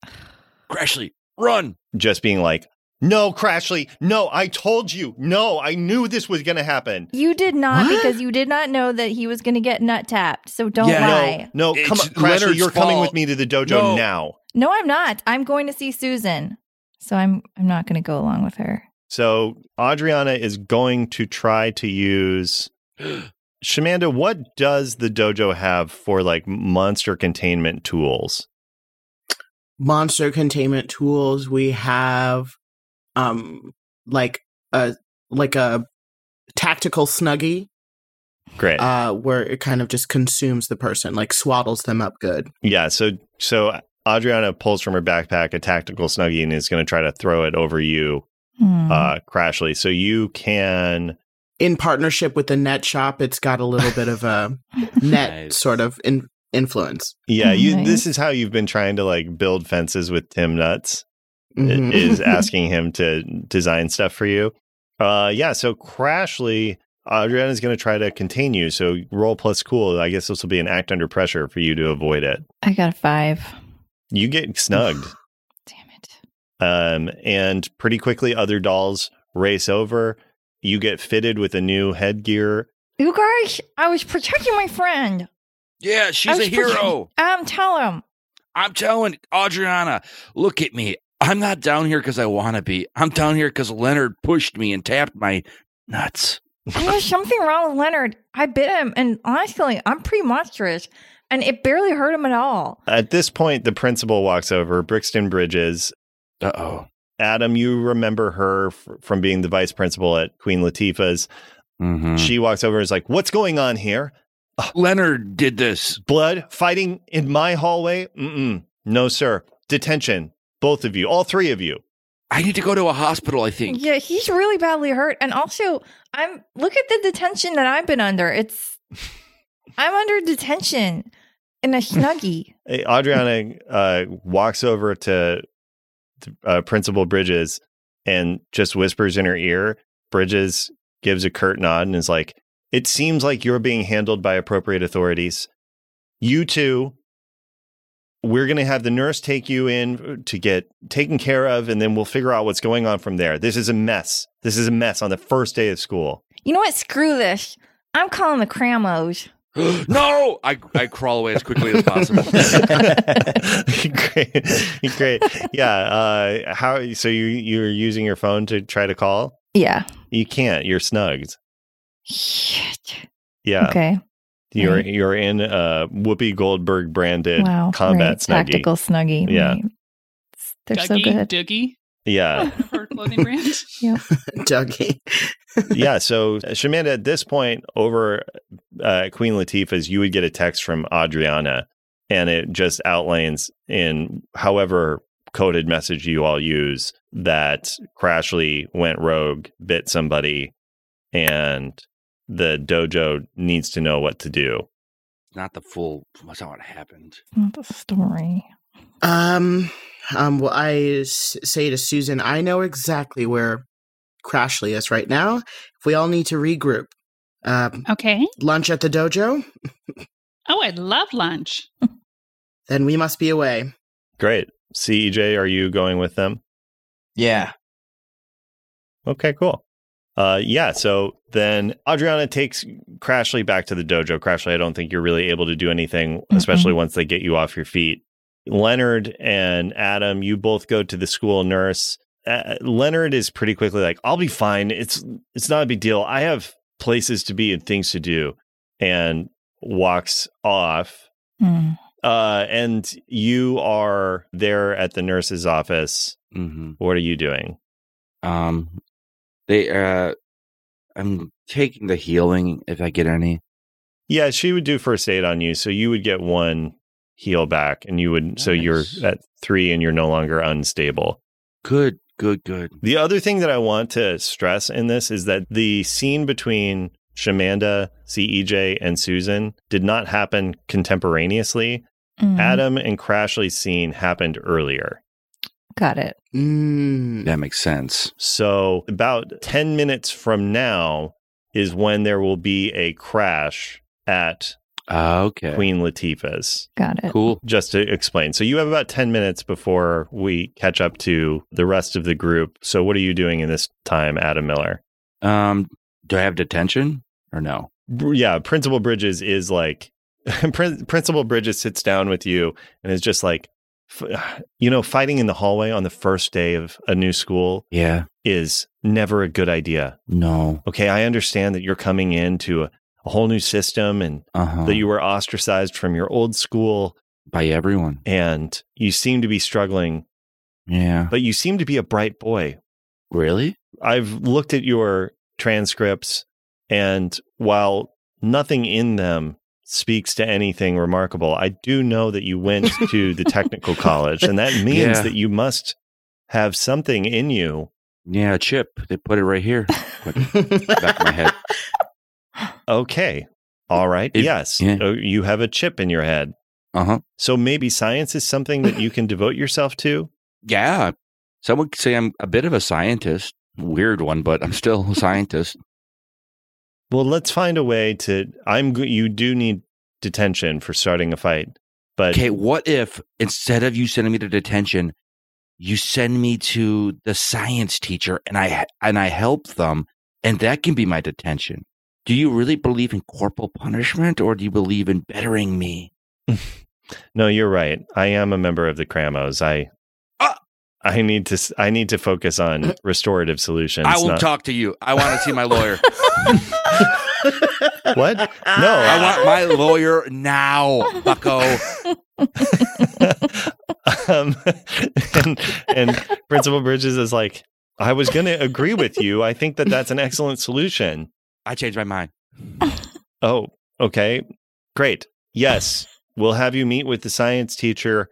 D: Crashly, run.
B: just being like no crashly no i told you no i knew this was gonna happen
E: You did not
C: What?
E: because you did not know that he was going to get nut tapped. So don't
D: Yeah.
E: lie.
B: no no
D: It's
B: come on crashly
D: Leonard's
B: you're coming
D: fault.
B: with me to the dojo
D: No.
B: now
E: No. I'm not. I'm going to see Susan. So I'm I'm not going to go along with her.
B: so adriana is going to try to use Shamanda, what does the dojo have for like monster containment tools?
C: monster containment tools we have um like a like a tactical snuggie
B: Great.
C: uh where it kind of just consumes the person like swaddles them up good
B: yeah, so so Adriana pulls from her backpack a tactical snuggie and is going to try to throw it over you,
E: Hmm.
B: uh, Crashly. So you can
C: in partnership with the net shop it's got a little bit of a net
D: Nice.
C: sort of in- influence
B: yeah, you this
E: Nice.
B: is how you've been trying to like build fences with Tim Nuts i-
C: Mhm.
B: is asking him to design stuff for you. Uh yeah, so Crashly Adriana's going to try to contain you. So roll plus cool. I guess this will be an act under pressure for you to avoid it.
E: I got a 5.
B: You get snugged.
E: Damn it.
B: Um, and pretty quickly, other dolls race over. You get fitted with a new headgear.
E: You guys, I was protecting my friend.
D: Yeah,
E: I
D: she's a
E: was
D: hero.
E: protecting- Um tell him.
D: I'm telling Adriana, look at me. I'm not down here because I want to be. I'm down here because Leonard pushed me and tapped my nuts.
E: There was something wrong with Leonard. I bit him and honestly, I'm pretty monstrous and it barely hurt him at all.
B: At this point, the principal walks over, Brixton Bridges.
D: Uh oh.
B: Adam, you remember her f- from being the vice principal at Queen Latifah's.
D: Mm-hmm. Hmm.
B: She walks over and is like, What's going on here?
D: Leonard did this.
B: Blood fighting in my hallway? Mm-mm. No, sir. Detention. Both of you, all three of you.
D: I need to go to a hospital, I think.
E: Yeah, he's really badly hurt and also I'm look at the detention that I've been under. It's I'm under detention in a snuggie.
B: Uh, Adriana uh, walks over to, to, uh, Principal Bridges and just whispers in her ear. Bridges gives a curt nod and is like, It seems like you're being handled by appropriate authorities. You two, we're going to have the nurse take you in uh, to get taken care of, and then we'll figure out what's going on from there. This is a mess. This is a mess on the first day of school.
E: You know what? Screw this. I'm calling the Cramos.
D: no! I, I crawl away as quickly as possible.
B: great, great. Yeah. Uh, how? So you you're using your phone to try to call?
E: Yeah.
B: You can't. You're snugged.
E: Shit.
B: Yeah.
E: Okay.
B: You're
E: Right.
B: you're in a Whoopi Goldberg branded
E: wow.
B: combat
E: right.
B: snuggie.
E: Tactical snuggie.
B: Yeah.
E: right. They're so
F: Dougie,
E: good.
F: Dougie,
B: Yeah.
F: her clothing brand.
C: dougie
B: yeah. So Shamanda, at this point, over uh, Queen Latifah's, you would get a text from Adriana, and it just outlines in however coded message you all use that Crashly went rogue, bit somebody, and the dojo needs to know what to do.
D: not the full. That's not what happened.
E: Not the story.
C: Um, um. Well, I s- say to Susan, I know exactly where Crashly is right now. If we all need to regroup,
B: Oh.
C: um,
F: Okay.
C: lunch at the dojo,
F: Oh, I love lunch.
C: then we must be away.
B: Great. CEJ, are you going with them?
A: Yeah.
B: Okay, cool. Uh, yeah. So then Adriana takes Crashly back to the dojo. Crashly, I don't think you're really able to do anything,
E: Mm-mm.
B: especially once they get you off your feet. Leonard and Adam, you both go to the school nurse. Uh, Leonard is pretty quickly like, "I'll be fine. It's it's not a big deal. I have places to be and things to do." and walks off.
E: Mm.
B: Uh, and you are there at the nurse's office.
D: Mm-hmm.
B: What are you doing?
D: Um, they uh, I'm taking the healing if I get any.
B: Yeah, she would do first aid on you, so you would get one heal back, and you would so you're
D: Nice.
B: at three, and you're no longer unstable.
D: Good, good, good.
B: The other thing that I want to stress in this is that the scene between Shamanda, CEJ, and Susan did not happen contemporaneously.
D: Mm-hmm.
E: Mm.
B: Adam and Crashly's scene happened earlier.
E: Got it.
C: Mm.
D: That makes sense.
B: So, about 10 minutes from now is when there will be a crash at
D: Ah, okay.
B: Queen Latifah's.
E: Got it.
D: Cool.
B: Just to explain. So, you have about 10 minutes before we catch up to the rest of the group. So, what are you doing in this time, Adam Miller?
D: Um, do I have detention or no?
B: Br- yeah, Principal Bridges is like Prin- Principal Bridges sits down with you and is just like, f- you know, fighting in the hallway on the first day of a new school
D: Yeah.
B: is never a good idea.
D: No.
B: Okay, I understand that you're coming into a, a whole new system and
D: Uh huh.
B: that you were ostracized from your old school
D: by everyone.
B: and you seem to be struggling,
D: Yeah.
B: but you seem to be a bright boy.
D: Really?
B: I've looked at your transcripts, and while nothing in them speaks to anything remarkable, I do know that you went to the technical college, and that means
D: Yeah.
B: that you must have something in you.
D: Yeah. Chip. They put it right here. Back of my head.
B: Okay. All right.
D: It-
B: yes.
D: yeah.
B: Oh, You have a chip in your head.
D: Uh huh.
B: So maybe science is something that you can devote yourself to.
D: Yeah. Someone could say I'm a bit of a scientist. Weird one, but I'm still a scientist.
B: Well, let's find a way to. I'm. go- You do need detention for starting a fight, but
D: Okay. What if instead of you sending me to detention, you send me to the science teacher and I and I help them, and that can be my detention. Do you really believe in corporal punishment, or do you believe in bettering me?
B: No, you're right. I am a member of the Cramos. I
D: Ah!
B: I need to s- I need to focus on restorative solutions.
D: I won't
B: not-
D: talk to you. I want to see my lawyer.
B: What? No,
D: I want my lawyer now, Bucko.
B: um, and, and Principal Bridges is like, I was going to agree with you. I think that that's an excellent solution.
D: I changed my mind.
B: Oh, okay. Great. Yes. We'll have you meet with the science teacher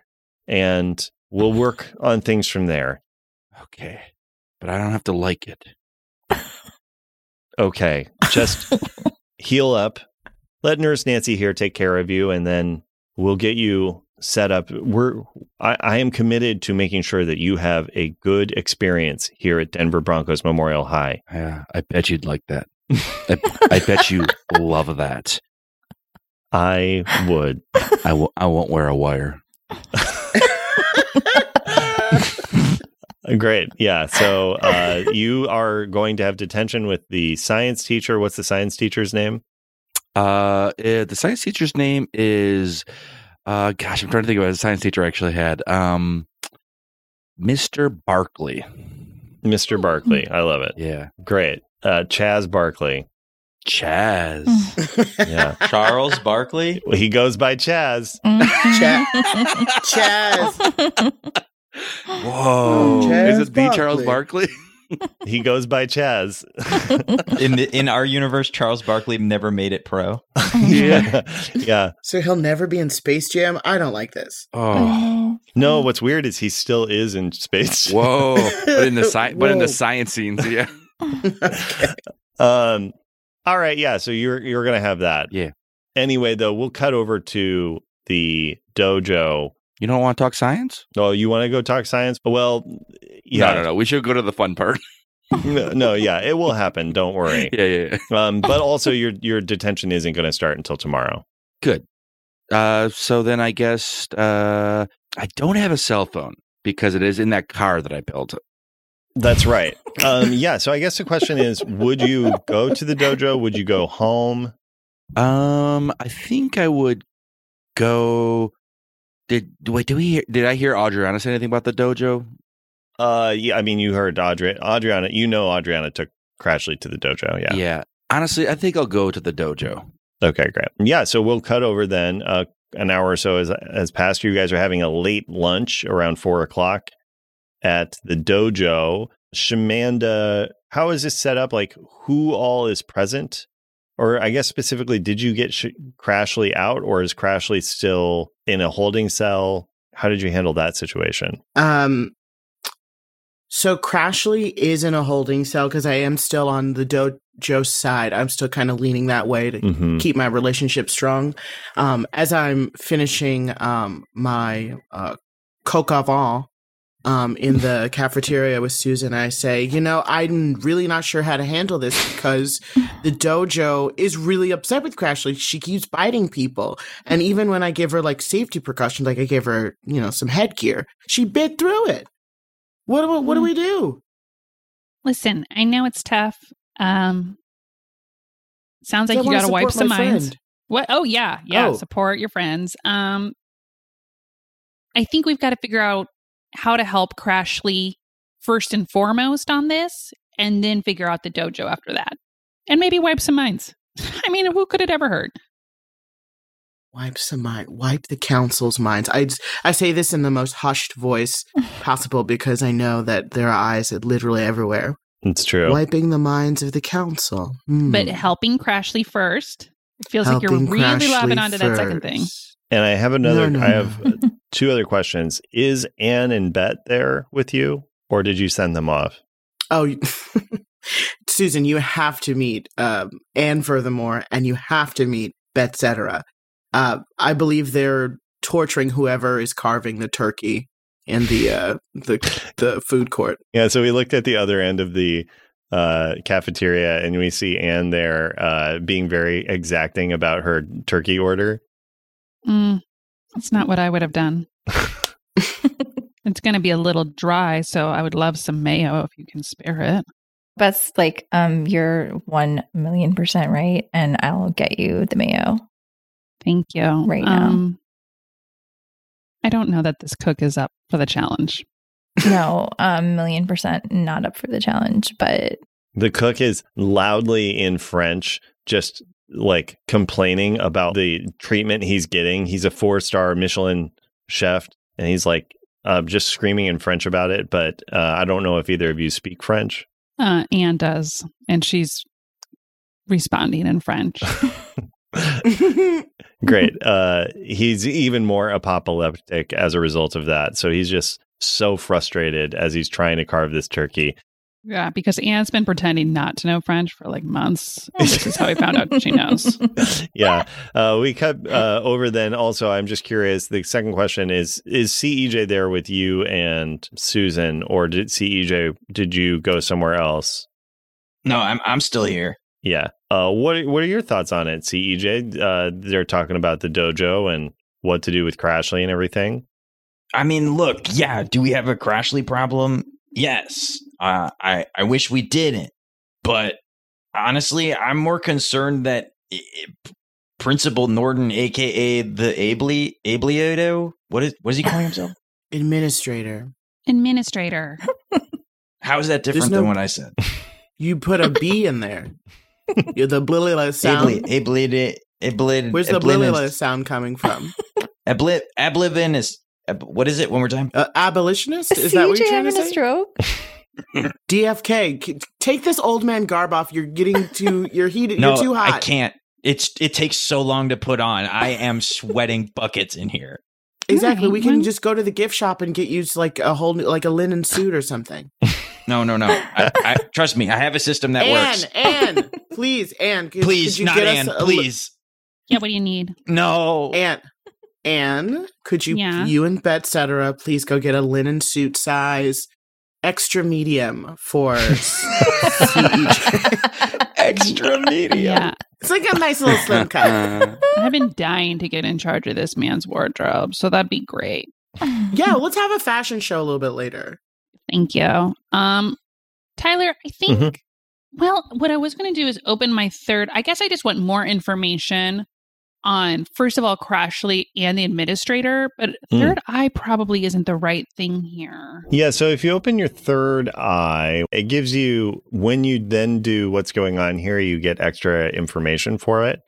B: and we'll work on things from there.
D: Okay, but I don't have to like it.
B: Okay. Just heal up. Let Nurse Nancy here take care of you, and then we'll get you set up. We're I, I am committed to making sure that you have a good experience here at Denver Broncos Memorial High.
D: Yeah, I bet you'd like that. I, I bet you love that.
B: I would.
D: I w- I won't wear a wire.
B: Great. Yeah. So uh, you are going to have detention with the science teacher. What's the science teacher's name?
D: Uh, eh, the science teacher's name is, uh, gosh, I'm trying to think of what the science teacher I actually had. Um, Mr. Barkley.
B: Mr. Barkley. I love it.
D: Yeah,
B: Great. Uh, Chaz Barkley.
D: Chaz.
B: Yeah.
A: Charles Barkley?
B: He goes by Chaz.
E: Mm-hmm.
C: Chaz.
D: Whoa, is
C: Chaz
D: it the Charles
C: Barkley.
D: Barkley?
B: He goes by Chaz.
A: In the in our universe, Charles Barkley never made it pro.
B: yeah. Yeah.
C: So he'll never be in Space Jam? I don't like this.
D: Oh.
E: Uh,
B: No, what's weird is he still is in space.
D: Whoa! But in the sci- but in
C: Whoa.
D: the science scenes, yeah.
C: Okay.
B: Um all right, yeah, so you're you're going to have that.
D: Yeah.
B: Anyway, though, we'll cut over to the dojo.
D: You don't want to talk science?
B: Oh, you want to go talk science? Well,
D: No, no,
B: yeah.
D: no. We should go to the fun part.
B: No, no, yeah, it will happen, don't worry.
D: yeah, yeah.
B: Um but also your your detention isn't going to start until tomorrow.
D: yeah. Uh, so then I guess uh, I don't have a cell phone because it is in that car that I built.
B: That's right. Um yeah, so I guess the question is would you go to the dojo? Would you go home?
D: Um, I think I would go. Did wait? Did we hear? Did I hear Adriana say anything about the dojo?
B: Uh yeah, I mean you heard Adri- Adriana, you know Adriana took Crashly to the dojo. Yeah.
D: Honestly, I think I'll go to the dojo.
B: Okay, great. Yeah, so we'll cut over then. Uh, an hour or so has, has passed. You guys are having a late lunch around four o'clock at the dojo. Shamanda, how is this set up? Like, who all is present? Or I guess specifically, did you get Sh- Crashly out, or is Crashly still in a holding cell? How did you handle that situation?
C: Um, so Crashly is in a holding cell because I am still on the dojo side. I'm still kind of leaning that way to
B: Mm-hmm.
C: keep my relationship strong. Um, as I'm finishing um, my uh, coq au vin um, in the cafeteria with Susan, I say, you know, I'm really not sure how to handle this because the dojo is really upset with Crashly. She keeps biting people, and even when I give her like safety precautions, like I gave her, you know, some headgear, she bit through it. What do we,
F: Mm.
C: what do we do?
F: Listen, I know it's tough. Um, sounds
C: I
F: like you
C: wanna
F: got to wipe
C: support
F: some
C: my
F: minds.
C: friend.
F: What? Oh yeah, yeah.
C: Oh.
F: Support your friends. Um, I think we've got to figure out how to help Crashly first and foremost on this, and then figure out the dojo after that, and maybe wipe some minds. I mean, who could it ever hurt?
C: Wipe some mind. Wipe the council's minds. I, I say this in the most hushed voice possible because I know that there are eyes literally everywhere.
B: It's true.
C: Wiping the minds of the council. Hmm.
F: But helping Crashly first. It feels like
C: Helping
F: you're really
C: Crashly
F: lobbing onto that second thing.
C: first.
B: And I have another.
C: No, no,
B: I
C: no.
B: have uh, two other questions. Is Anne and Bet there with you, or did you send them off?
C: Oh, you- Susan, you have to meet, um, and furthermore, and you have to meet Betcetera. Uh, I believe they're torturing whoever is carving the turkey in the uh, the the food court.
B: Yeah. So we looked at the other end of the uh, cafeteria, and we see Anne there uh, being very exacting about her turkey order.
F: Mm, that's not what I would have done. it's going to be a little dry, so I would love some mayo if you can spare it.
E: That's like, um, you're one million percent right, and I'll get you the mayo.
F: Thank you. Um,
E: Right now.
F: I don't know that this cook is up for the challenge.
E: No, a million percent not up for the challenge, but
B: The cook is loudly in French, just like complaining about the treatment he's getting. He's a four star Michelin chef, and he's like uh, just screaming in French about it. But uh, I don't know if either of you speak French.
F: Uh, Anne does, and she's responding in French.
B: Great. Uh, he's even more apocalyptic as a result of that. So he's just so frustrated as he's trying to carve this turkey.
F: yeah, because Anne's been pretending not to know French for like months. And this is how we found out she knows.
B: yeah. Uh, we cut uh, over then. Also, I'm just curious. The second question is Is CEJ there with you and Susan, or did CEJ, did you go somewhere else?
A: No, I'm I'm still here.
B: Yeah. Uh, what, are- what are your thoughts on it, CEJ? Uh, they're talking about the dojo and what to do with Crashly and everything.
A: I mean, look, yeah, do we have a Crashly problem? Yes. Uh, I I wish we didn't, but honestly, I'm more concerned that i- i- Principal Norton, aka the Ably Abliodo, what is what is he calling himself?
C: Administrator,
F: Administrator.
A: How is that different
C: no-
A: than what I said?
C: you put a B in there. You're the blilly sound.
A: Ably Ably Ably.
C: Where's the blilly sound coming from?
A: Abli- Ablivinist. Ab- What is it? One more time.
C: Uh, abolitionist? Is that what you're
E: CJ
C: trying to
E: E having a
C: say?
E: stroke?
C: DFK, c- take this old man garb off. You're getting too. You're heated.
A: No,
C: you're too hot.
A: I can't. It's it takes so long to put on. I am sweating buckets in here.
C: Exactly. We
F: Alright,
C: can
A: Mm-hmm.
F: well-
C: just go to the gift shop and get you like a whole new, like a linen suit or something.
A: No, no, no. I, I, trust me, I have a system that
C: Anne,
A: works.
C: Anne, please, Anne, could,
A: Please,
C: could you
A: not
C: get us
A: Anne.
C: a li-
A: Please,
F: Yeah, what do you need?
A: no.
C: Anne, Anne, could you,
F: Yeah.
C: you and Bet Cetera, please go get a linen suit size extra medium for. E
A: Extra media.
F: yeah.
C: it's like a nice little slim cut.
F: I've been dying to get in charge of this man's wardrobe, so that'd be great.
C: Yeah, let's have a fashion show a little bit later.
F: Thank you. Um Tyler, I think
B: Mhm.
F: well, what I was going to do is open my third. I guess I just want more information on first of all Crashly and the administrator, but
B: Mm.
F: third eye probably isn't the right thing here.
B: Yeah, so if you open your third eye, it gives you when you then do what's going on here, you get extra information for it.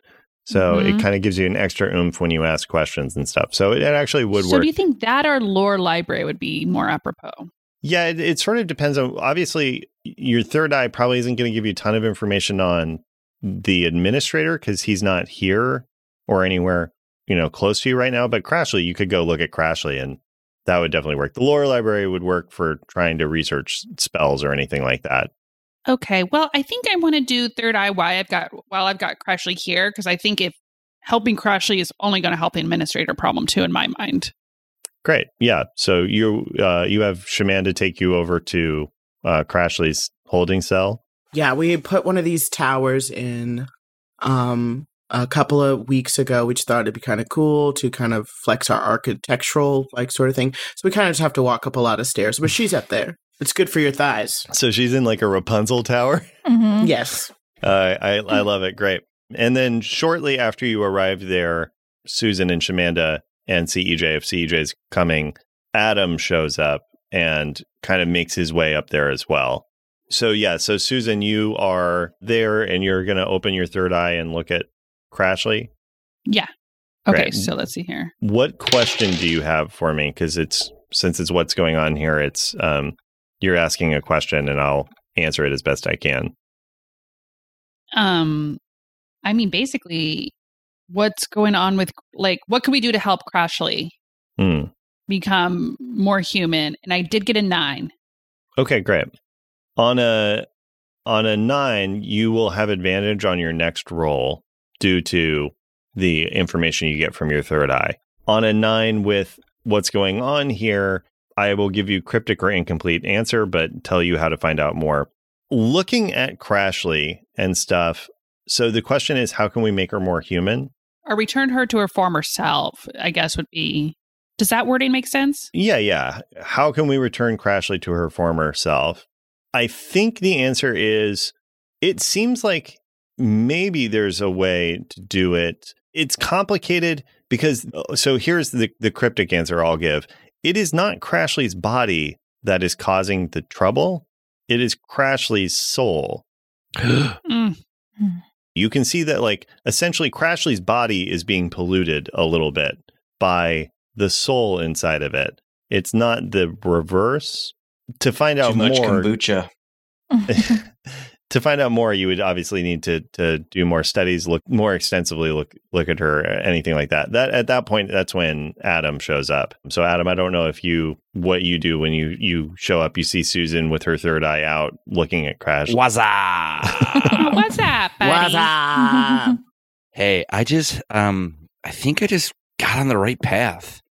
B: So it
F: Mhm.
B: kind of gives you an extra oomph when you ask questions and stuff. So it, it actually would
F: so
B: work.
F: do you think that our lore library would be more apropos?
B: Yeah, it, it sort of depends on. Obviously, your third eye probably isn't going to give you a ton of information on the administrator because he's not here or anywhere you know close to you right now. But Crashly, you could go look at Crashly, and that would definitely work. The lore library would work for trying to research spells or anything like that.
F: Okay. Well, I think I want to do third eye why I've got while I've got Crashly here because I think if helping Crashly is only going to help the administrator problem too in my mind.
B: Great, yeah. So you uh, you have Shaman to take you over to uh, Crashly's holding cell.
C: Yeah, we had put one of these towers in um a couple of weeks ago. We just thought it'd be kind of cool to kind of flex our architectural like sort of thing. So we kind of just have to walk up a lot of stairs, but she's up there. It's good for your thighs.
B: So she's in like a Rapunzel tower.
E: Mhm.
C: Yes.
B: Uh, I I love it. Great. And then shortly after you arrived there, Susan and Shamanda and CEJ, if CEJ's coming, Adam shows up and kind of makes his way up there as well. So yeah, so Susan, you are there and you're gonna open your third eye and look at Crashly.
F: Yeah. Okay.
B: Great.
F: So let's see here.
B: What question do you have for me? Because it's since it's what's going on here, it's um you're asking a question and I'll answer it as best I can.
F: Um, I mean, basically, what's going on with like what can we do to help Crashly
B: Hmm.
F: become more human? And I did get a nine.
B: Okay, great. On a on a nine, you will have advantage on your next roll due to the information you get from your third eye. On a nine with what's going on here, I will give you cryptic or incomplete answer, but tell you how to find out more. Looking at Crashly and stuff, so the question is how can we make her more human?
F: or return her to her former self, I guess would be. Does that wording make sense?
B: Yeah, yeah. How can we return Crashly to her former self? I think the answer is it seems like maybe there's a way to do it. It's complicated because uh, so here's the, the cryptic answer I'll give. It is not Crashly's body that is causing the trouble. It is Crashly's soul.
F: Mm,
B: You can see that like essentially Crashly's body is being polluted a little bit by the soul inside of it. It's not the reverse. To find out
G: Too much
B: more,
G: kombucha.
B: to find out more, you would obviously need to to do more studies, look more extensively, look look at her, uh, anything like that. That at that point, that's when Adam shows up. So Adam, I don't know if you what you do when you you show up. You see Susan with her third eye out, looking at Crash.
D: Waza.
F: what's Oh, that, buddy?
C: What's up?
D: hey, I just um I think I just got on the right path.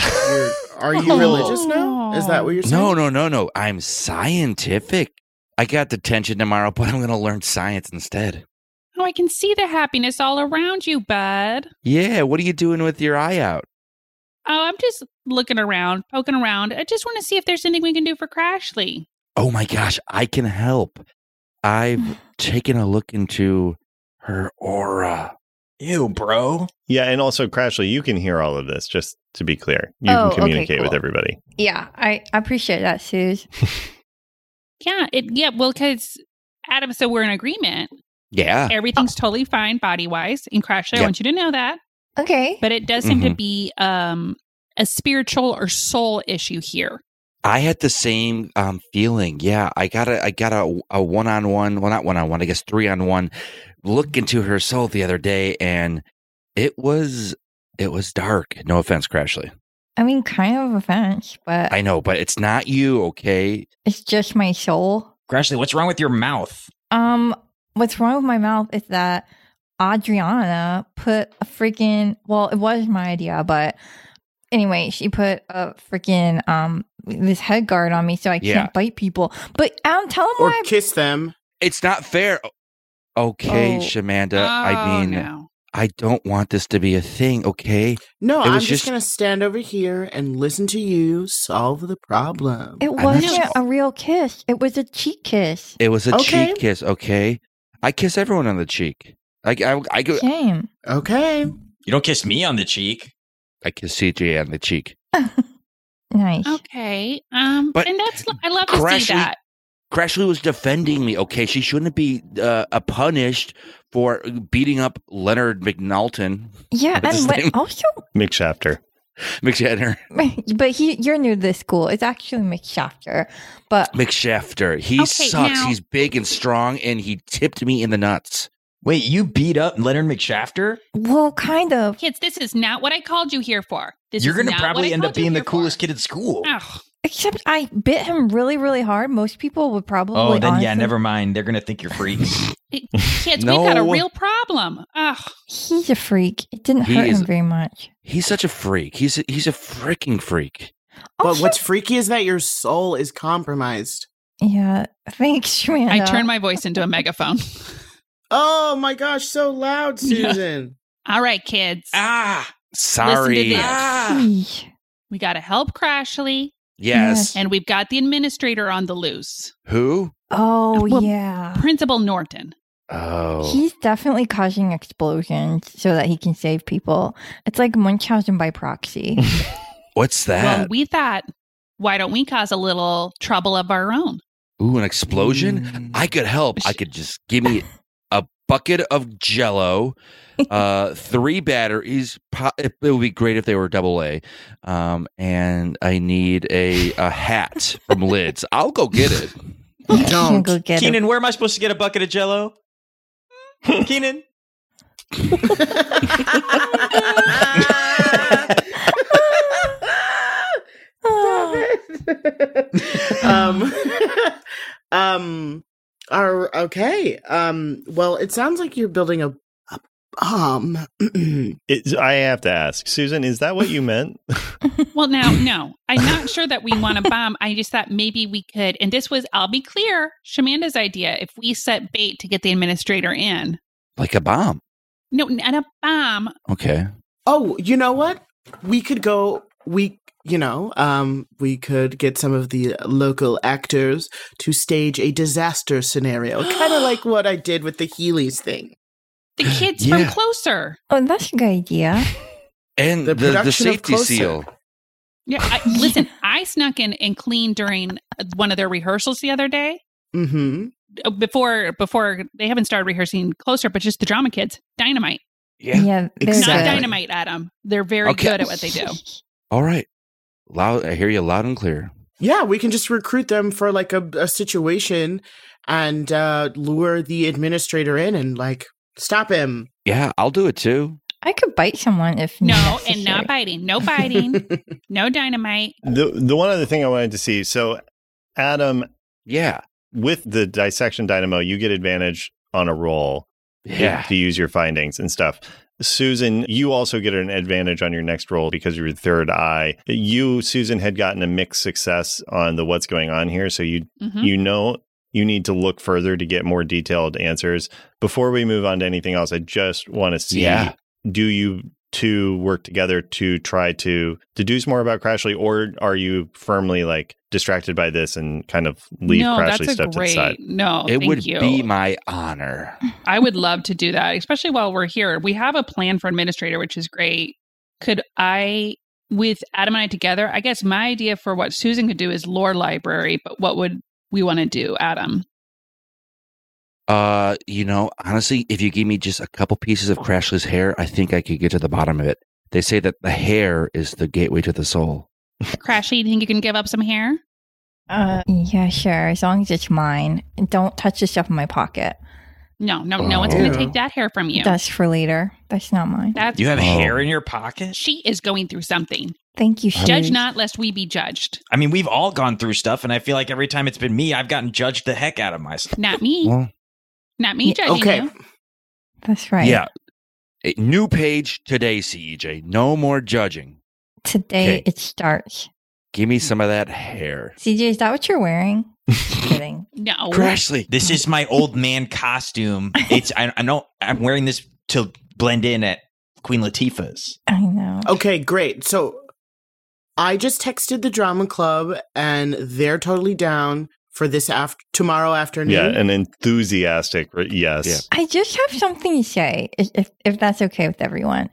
C: You're- Are you religious now? Is that what you're saying?
D: No, no, no, no. I'm scientific. I got detention tomorrow, but I'm going to learn science instead.
F: Oh, I can see the happiness all around you, bud.
D: Yeah, what are you doing with your eye out?
F: Oh, I'm just looking around, poking around. I just want to see if there's anything we can do for Crashly.
D: Oh my gosh, I can help. I've taken a look into her aura.
G: Ew, bro.
B: Yeah, and also Crashly, you can hear all of this. Just to be clear, you
E: Oh,
B: can
E: okay,
B: communicate with
E: cool.
B: everybody.
E: Yeah, I I appreciate that, Suze.
F: Yeah, it. Yeah, well, because Adam said we're in agreement.
D: Yeah.
F: Everything's totally fine body wise, and Crashly, I
D: Yeah.
F: want you to know that.
E: Okay.
F: But it does seem to
A: Mm-hmm.
D: Mhm.
F: be um a spiritual or soul issue here.
D: I had the same um, feeling. Yeah, I got a I got a, a one on one, well not one on one, I guess three on one look into her soul the other day, and it was it was dark. No offense, Crashly.
E: I mean, kind of offense, but
D: I know, but it's not you, okay?
E: it's just my soul.
A: Grashley, what's wrong with your mouth?
E: Um, what's wrong with my mouth is that Adriana put a freaking well, it was my idea, but anyway, she put a freaking um this head guard on me so I
D: Yeah.
E: can't bite people. But um, tell them
C: Or
E: why.
C: kiss them.
D: It's not fair. Okay,
E: Oh.
D: Shamanda.
F: Oh,
D: I mean,
F: no.
D: I don't want this to be a thing, okay?
C: No,
D: It
C: I'm
D: was
C: just,
D: just-
C: gonna stand over here and listen to you solve the problem.
E: It
D: I
E: wasn't
D: know.
E: a real kiss. It was a cheek kiss.
D: It was a
C: Okay.
D: cheek kiss, okay? I kiss everyone on the cheek. I, I, I, go-
E: Shame.
C: okay.
A: You don't kiss me on the cheek.
D: I kiss CJ on the cheek.
E: Nice.
F: Okay. Um
D: But
F: and that's I love to
D: Crashly-
F: see that.
D: Crashly was defending me, okay? She shouldn't be uh, uh, punished for beating up Leonard McNaughton,
E: Yeah,
D: What's his
E: and
D: name?
E: what, also,
B: Mick Shafter.
D: McShafter.
E: but he you're new to this school. It's actually McShafter, but
D: McShafter. He
F: Okay,
D: sucks.
F: now-
D: He's big and strong, and he tipped me in the nuts.
A: Wait, you beat up Leonard McShafter?
E: well, kind of.
F: Kids, this is not what I called you here for. This
A: You're
F: going
A: gonna
F: to
A: probably end up being the coolest kid at school.
F: Oh,
E: Except I bit him really, really hard. Most people would probably.
A: Oh, then yeah,
E: honestly-
A: never mind. They're gonna think you're freaks.
F: kids, we've got a
D: No.
F: real problem. Oh,
E: He's a freak. It didn't
D: He
E: hurt
D: is-
E: him very much.
D: He's such a freak. He's a, he's a freaking freak.
E: Also-
C: But what's freaky is that your soul is compromised.
E: Yeah, thanks, Shmanda.
F: I turned my voice into a megaphone.
C: Oh my gosh, so loud,
F: Yeah.
C: Susan.
F: All right, kids.
A: ah,
D: Sorry.
F: this.
A: ah.
E: Eesh.
F: We got to help Crashly,
D: Yes.
F: and we've got the administrator on the loose,
D: Who?
E: Oh
F: Well,
E: yeah,
F: Principal Norton.
D: Oh.
E: he's definitely causing explosions so that he can save people. It's like Munchausen by proxy.
D: What's
F: Well,
D: that?
F: we thought, why don't we cause a little trouble of our own?
D: Ooh, an explosion? I could help. I could just give me a bucket of jello, uh, three batteries. Po- It it would be great if they were double A. Um, and I need a, a hat from Lids. I'll go get it.
E: You can't
C: Don't.
E: go get him.
A: Keenan, where am I supposed to get a bucket of jello? Keenan?
E: Oh.
C: um, um, are, okay. Um, well, it sounds like you're building a, a um.
B: It's, I have to ask, Susan, is that what you meant?
F: Well, now, no, I'm not sure that we want to bomb. I just thought maybe we could, and this was, I'll be clear, Shamanda's idea. If we set bait to get the administrator in,
D: Like a bomb.
F: no, not a bomb.
D: Okay.
C: oh, you know what? We could go. We, you know, um, we could get some of the local actors to stage a disaster scenario, kind of like what I did with the Healy's thing.
F: The kids
D: Yeah.
F: from closer.
E: Oh, that's a good idea.
D: And
C: The
D: the, the,
C: production of
D: safety
C: Closer.
D: seal.
F: Yeah, I, listen, I snuck in and cleaned during uh, one of their rehearsals the other day.
C: Mm-hmm.
F: Uh, Before, before they haven't started rehearsing closer, but just the drama kids, dynamite,
D: Yeah.
E: they're
C: Exactly.
F: not
E: good.
F: dynamite, Adam. They're very
D: Okay.
F: good at what they do.
D: All right. Loud. I hear you loud and clear.
C: Yeah, we can just recruit them for like a, a situation and uh, lure the administrator in and like stop him.
D: Yeah, I'll do it too.
E: I could bite someone if
F: No,
E: necessary.
F: and not biting, no biting, no dynamite.
B: The the one other thing I wanted to see. So, Adam,
D: Yeah.
B: with the dissection dynamo, you get advantage on a roll
D: Yeah.
B: to use your findings and stuff. Susan, you also get an advantage on your next roll because of your third eye. You, Susan, had gotten a mixed success on the what's going on here, so you
F: Mhm.
B: you know you need to look further to get more detailed answers. Before we move on to anything else, I just want to see
D: Yeah.
B: do you two work together to try to deduce more about Crashly, or are you firmly like distracted by this and kind of leave
F: no,
B: Crashly
F: that's a
B: stuff to the
F: great.
B: side?
F: No,
D: it
F: thank
D: would
F: you.
D: be my honor.
F: I would love to do that, especially while we're here. We have a plan for administrator, which is great. Could I, with Adam and I together, I guess my idea for what Susan could do is lore library, but what would we want to do, Adam?
D: Uh, you know, honestly, if you give me just a couple pieces of Crashly's hair, I think I could get to the bottom of it. They say that the hair is the gateway to the soul.
F: Crashly, do you think you can give up some hair?
E: Uh, yeah, sure. As long as it's mine, And don't touch the stuff in my pocket.
F: No, no, no one's going
C: Ew.
F: to take that hair from you.
E: That's for later. That's not mine.
F: That's
A: You have
D: Oh.
A: hair in your pocket?
F: she is going through something.
E: Thank you.
F: Judge
E: Sue.
F: not, lest we be judged.
A: I mean, we've all gone through stuff, and I feel like every time it's been me, I've gotten judged the heck out of myself.
F: Not
E: E,
F: me.
D: Well,
F: Not me judging
C: Okay.
F: you.
E: That's right.
D: yeah. A new page today, CEJ. No more judging.
E: Today
D: Okay.
E: it starts.
D: Give me some of that hair.
E: CJ, is that what you're wearing? Just kidding.
F: No.
D: Crashly.
A: This is my old man costume. It's I, I know I'm wearing this to blend in at Queen Latifah's.
E: I know.
C: Okay, great. So I just texted the drama club and they're totally down for this after tomorrow afternoon.
B: Yeah, an enthusiastic re- yes.
D: Yeah.
E: I just have something to say, if if, if that's okay with everyone.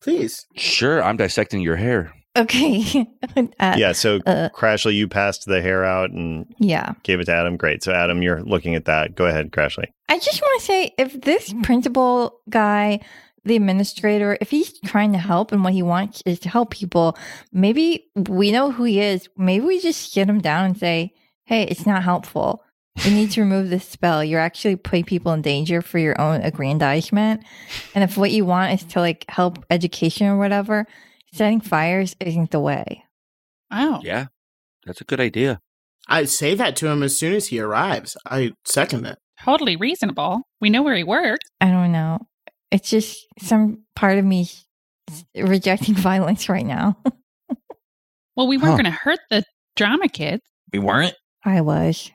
C: Please.
D: Sure, I'm dissecting your hair.
E: Okay. uh,
B: yeah. So
E: uh,
B: Crashly, you passed the hair out and
E: yeah.
B: gave it to Adam. Great. So Adam, you're looking at that. Go ahead, Crashly.
E: I just want to say if this principal guy, the administrator, if he's trying to help and what he wants is to help people, maybe we know who he is. Maybe we just sit him down and say, hey, it's not helpful. We need to remove this spell. You're actually putting people in danger for your own aggrandizement. And if what you want is to like help education or whatever, setting fires isn't the way.
F: Oh,
D: Yeah, that's a good idea.
C: I say that to him as soon as he arrives. I second it.
F: totally reasonable. We know where he works.
E: I don't know. It's just some part of me rejecting violence right now.
F: Well, we weren't
D: Huh.
F: going to hurt the drama kids.
A: We weren't.
E: I was.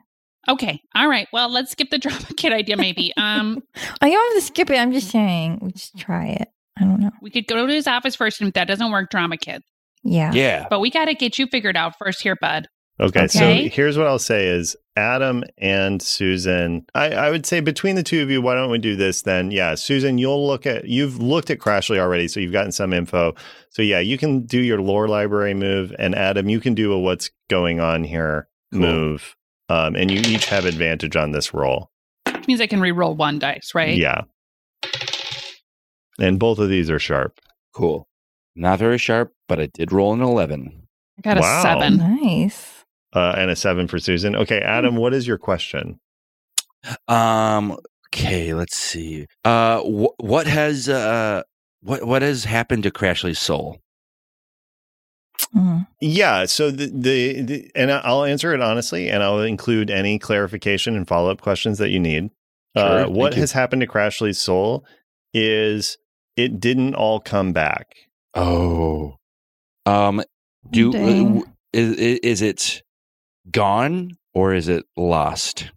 F: Okay. All right. Well, let's skip the drama kid idea. Maybe. Um,
E: I don't have to skip it. I'm just saying, we just try it. I don't know.
F: we could go to his office first, and if that doesn't work, drama kid.
E: Yeah.
D: Yeah.
F: But we got to get you figured out first, here, bud.
B: Okay,
F: Okay.
B: so here's what I'll say is Adam and Susan, I, I would say between the two of you, why don't we do this then? Yeah, Susan, you'll look at you've looked at Crashly already, so you've gotten some info. So yeah, you can do your lore library move, and Adam, you can do a what's going on here
D: Cool.
B: move. Um, and you each have advantage on this roll.
F: Which means I can re-roll one dice, right?
B: Yeah. And both of these are sharp.
D: Cool. Not very sharp, but I did roll an 11.
F: I got a
B: Wow.
F: seven.
E: Nice.
B: Uh, and a seven for Susan. Okay,
F: Hmm.
B: Adam, what is your question?
D: Um, okay, let's see. Uh, wh- what has, uh, what, what has happened to Crashly's soul?
E: Mm.
B: Yeah. So the, the, the and I- I'll answer it honestly, and I'll include any clarification and follow up questions that you need.
D: Sure,
B: uh,
D: thank
B: what
D: you.
B: has happened to Crashly's soul is it didn't all come back.
D: Oh. Um, do,
E: Dang.
D: uh, is, i- is it gone or is it lost?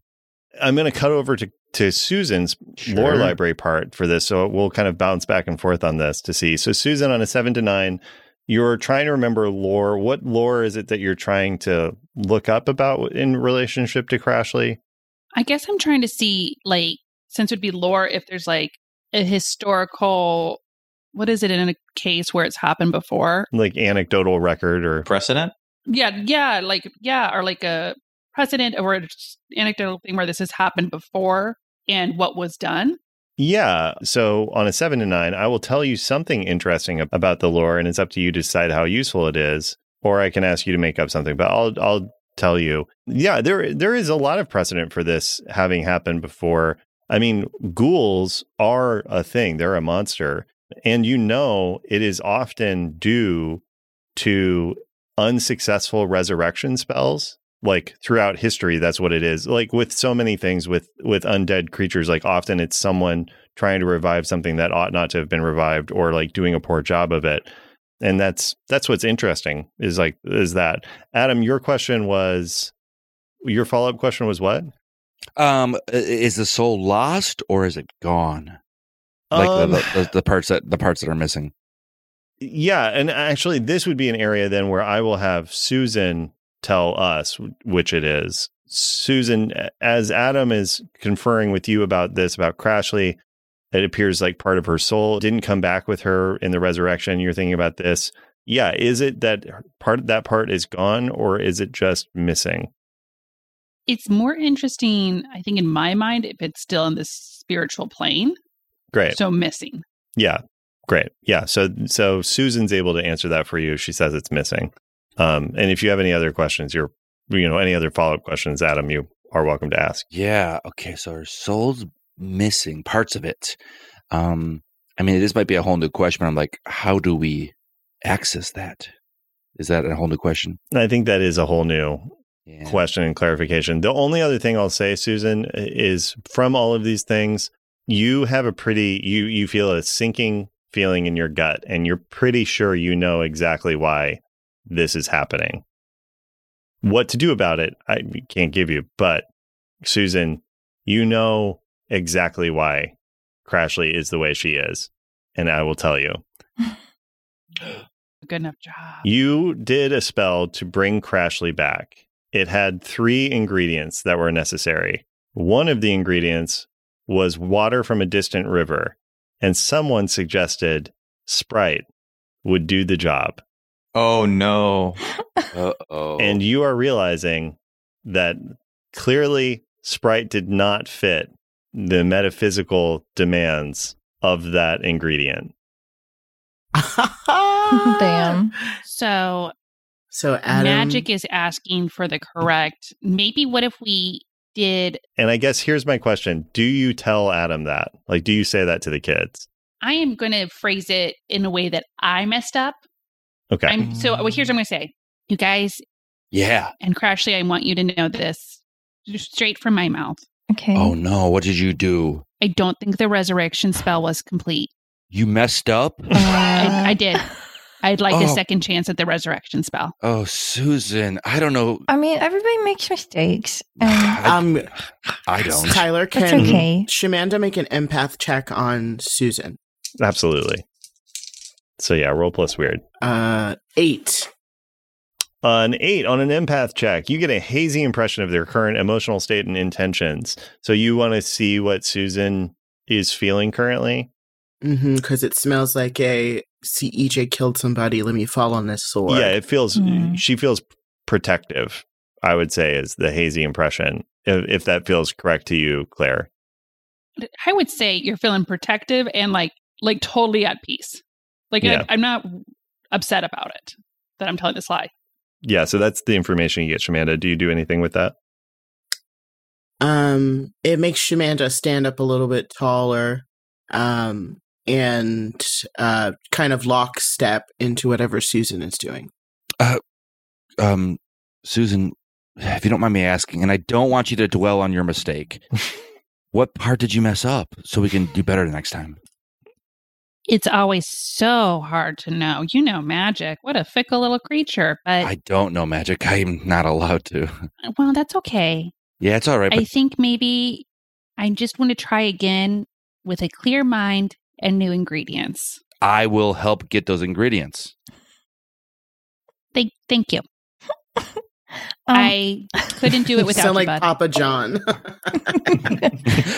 B: I'm going to cut over to to Susan's lore
D: Sure.
B: library part for this, so we'll kind of bounce back and forth on this to see. So Susan, on a seven to nine, you're trying to remember lore. What lore is it that you're trying to look up about in relationship to Crashly?
F: I guess I'm trying to see, like, since it would be lore, if there's like a historical. What is it in a case where it's happened before?
B: Like anecdotal record or
A: Precedent?
F: Yeah, yeah, like yeah, or like a precedent or an anecdotal thing where this has happened before and what was done.
B: Yeah. So on a seven to nine, I will tell you something interesting ab- about the lore, and it's up to you to decide how useful it is, or I can ask you to make up something. But I'll I'll tell you. Yeah, there there is a lot of precedent for this having happened before. I mean, ghouls are a thing; they're a monster, and you know it is often due to unsuccessful resurrection spells like throughout history that's what it is like with so many things with with undead creatures like often it's someone trying to revive something that ought not to have been revived or like doing a poor job of it and that's that's what's interesting is like is that adam your question was your follow-up question was what
D: Um, i- is the soul lost or is it gone? Like
B: Um,
D: the, the, the, the parts that, the parts that are missing.
B: Yeah, and actually, this would be an area then where I will have Susan tell us which it is. Susan, as Adam is conferring with you about this about Crashly, it appears like part of her soul didn't come back with her in the resurrection. You're thinking about this. Yeah, is it that part that part is gone or is it just missing?
F: It's more interesting, I think, in my mind, if it's still in the spiritual plane.
B: Great.
F: So missing.
B: Yeah. Great. Yeah. So so Susan's able to answer that for you. She says it's missing. Um, and if you have any other questions, you're you know, any other follow up questions, Adam, you are welcome to ask.
D: Yeah. Okay. So her soul's missing parts of it. Um, I mean, this might be a whole new question. But I'm like, how do we access that? Is that a whole new question?
B: And I think that is a whole new
D: Yeah.
B: question and clarification. The only other thing I'll say, Susan, is from all of these things, you have a pretty you you feel a sinking feeling in your gut, and you're pretty sure you know exactly why this is happening. What to do about it, I can't give you, but Susan, you know exactly why Crashly is the way she is, and I will tell you.
F: Good enough job.
B: You did a spell to bring Crashly back. It had three ingredients that were necessary. One of the ingredients was water from a distant river, and someone suggested Sprite would do the job.
G: Oh no.
D: Uh oh.
B: And you are realizing that clearly Sprite did not fit the metaphysical demands of that ingredient.
E: Damn.
F: Ah. So
C: So Adam,
F: magic is asking for the correct. Maybe what if we did?
B: And I guess here's my question Do you tell Adam that? Like, do you say that to the kids?
F: I am going to phrase it in a way that I messed up.
B: Okay.
F: I'm so. Well, here's what I'm going to say. You guys
D: yeah.
F: and Crashly, I want you to know this just straight from my mouth.
E: Okay.
D: Oh no. What did you do?
F: I don't think the resurrection spell was complete.
D: You messed up?
E: uh,
F: I, I did. I'd like a
D: Oh.
F: second chance at the resurrection spell.
D: Oh, Susan. I don't know.
E: I mean, everybody makes mistakes. And
C: um,
D: I don't.
C: Tyler
E: that's
C: can
E: okay.
C: Shamanda make an empath check on Susan.
B: Absolutely. So, yeah, roll plus weird.
C: Uh, eight.
B: An eight on an empath check, you get a hazy impression of their current emotional state and intentions. So, you want to see what Susan is feeling currently?
C: Mm-hmm. Because it smells like a CEJ killed somebody. Let me fall on this sword.
B: yeah, it feels
E: Hmm.
B: she feels protective. I would say is the hazy impression. If, if that feels correct to you, Claire.
F: I would say you're feeling protective and like like totally at peace. Like I-
B: Yeah.
F: I'm not upset about it that I'm telling this lie.
B: Yeah, so that's the information you get, Shamanda. Do you do anything with that?
C: Um, it makes Shamanda stand up a little bit taller, um, and uh, kind of lockstep into whatever Susan is doing.
D: um, Susan, if you don't mind me asking, and I don't want you to dwell on your mistake, what part did you mess up so we can do better the next time?
F: It's always so hard to know. You know magic. What a fickle little creature. But uh,
D: I don't know magic. I'm not allowed to.
F: well, that's okay.
D: Yeah, it's all right. But
F: I think maybe I just want to try again with a clear mind and new ingredients.
D: I will help get those ingredients.
F: Thank, thank you.
E: Um,
F: I couldn't do it
C: You
F: without
C: sound
F: you,
C: like
F: bud.
C: Papa John.
E: Um,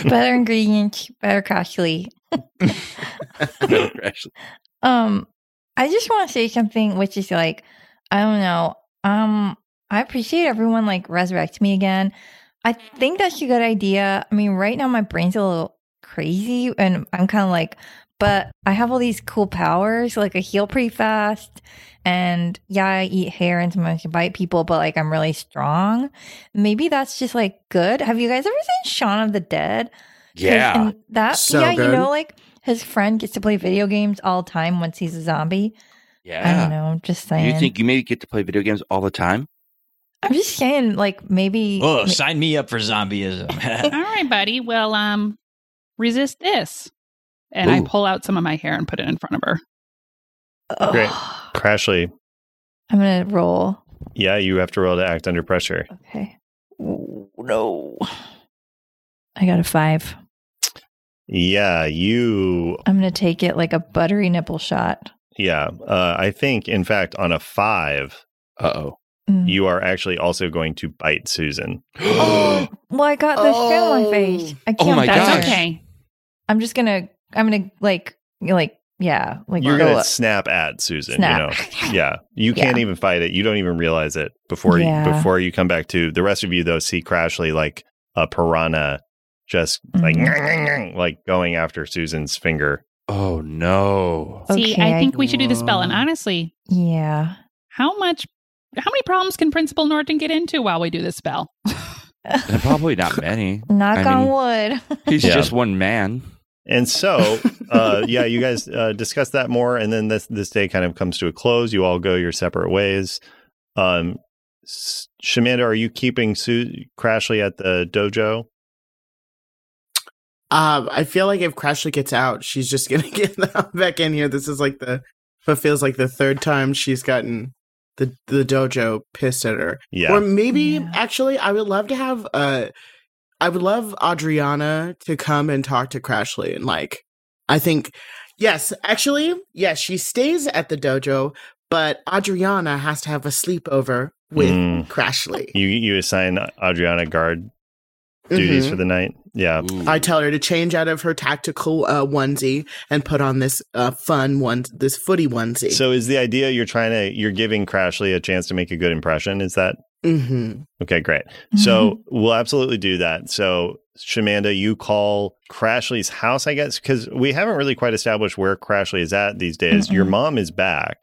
E: better ingredients, better costly.
D: Actually,
E: Um, I just want to say something, which is like, I don't know. Um, I appreciate everyone like resurrect me again. I think that's a good idea. I mean, right now my brain's a little crazy, and I'm kind of like, but I have all these cool powers. Like I heal pretty fast, and yeah, I eat hair and sometimes I bite people, but like I'm really strong. Maybe that's just like good. Have you guys ever seen Shaun of the Dead? 'Cause
D: yeah.
E: in that
C: So
E: yeah, you
C: good.
E: know, like his friend gets to play video games all the time once he's a zombie. I don't
D: Yeah.
E: know. I'm just saying.
D: You think you maybe get to play video games all the time?
E: I'm just saying, like maybe.
A: Oh,
E: ma-
A: sign me up for zombieism.
F: All right, buddy. Well, um, resist this. And I
D: Ooh.
F: pull out some of my hair and put it in front of her.
E: Ugh.
B: Great. Crashly,
E: I'm gonna roll.
B: yeah, you have to roll to act under pressure.
E: Okay. Ooh, no. I got a five.
B: Yeah, you
E: I'm gonna take it like a buttery nipple shot.
B: yeah. Uh, I think in fact on a five,
D: Uh oh.
E: Mm.
B: you are actually also going to bite Susan.
E: Oh, well, I got the shit on my face. I
D: Oh
E: can't.
D: my
E: bear
F: That's
D: gosh.
E: it.
F: okay.
E: I'm just gonna. I'm gonna like like yeah like
B: You're
E: go
B: gonna
E: up.
B: snap at Susan, you know.
E: snap.
B: Yeah, you
E: Yeah.
B: can't even fight it. You don't even realize it before you,
E: Yeah.
B: before you come back to the rest of you. Though see Crashly like a piranha, just like
E: Mhm.
B: "Nyang, nyang, nyang," like going after Susan's finger.
D: Oh no.
F: See,
E: Okay,
F: I
E: I-
F: think we should do the spell. And
C: Whoa.
F: honestly,
E: Yeah.
F: how much, how many problems can Principal Norton get into while we do this spell?
D: And probably not many.
E: Knock
D: I
E: on
D: mean-
E: wood.
D: He's
B: Yeah.
D: just one man.
B: And so, uh, yeah, you guys uh, discuss that more, and then this this day kind of comes to a close. You all go your separate ways. Um, S- Shamanda, are you keeping Su- Crashly at the dojo?
C: Um, I feel like if Crashly gets out, she's just gonna get back in here. This is like the what feels like the third time she's gotten the the dojo pissed at her.
B: Yeah,
C: Or maybe
E: Yeah.
C: actually I would love to have uh I would love Adriana to come and talk to Crashly and like I think yes, actually, yes, she stays at the dojo, but Adriana has to have a sleepover with
B: Mm.
C: Crashly.
B: you you assign Adriana guard duties
C: Mhm.
E: Mm-hmm.
B: for the night. Yeah.
C: I tell her to change out of her tactical uh, onesie and put on this uh, fun one, this footy onesie.
B: So is the idea you're trying to you're giving Crashly a chance to make a good impression? Is that
C: hmm
B: okay? Great. So
E: Mm-hmm.
B: we'll absolutely do that. So Shamanda, you call Crashly's house, I guess, because we haven't really quite established where Crashly is at these days. Your
E: Mm-mm.
B: mom is back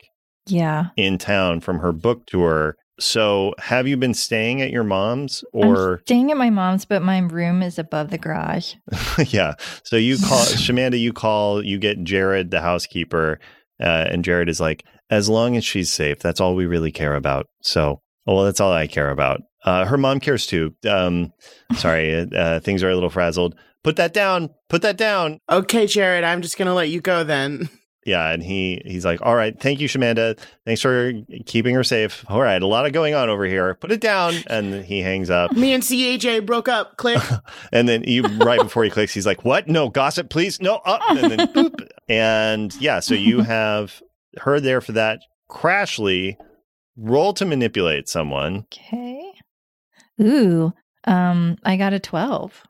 E: Yeah.
B: in town from her book tour. So have you been staying at your mom's or
E: I'm staying at my mom's, but my room is above the garage.
B: yeah. So you call Shamanda, you call, you get Jared, the housekeeper, uh, and Jared is like, as long as she's safe, that's all we really care about. So, oh, well, that's all I care about. Uh, her mom cares too. Um, sorry, uh, things are a little frazzled. Put that down. Put that down.
C: Okay, Jared, I'm just gonna let you go then.
B: Yeah, and he he's like, all right, thank you, Shamanda. Thanks for keeping her safe. All right, a lot of going on over here. Put it down, and he hangs up.
C: Me and CAJ broke up. Click.
B: And then you right before he clicks, he's like, "What? No gossip, please. No." Up and then boop. And yeah, so you have her there for that. Crashly, roll to manipulate someone.
E: Okay. Ooh. Um, I got a 12.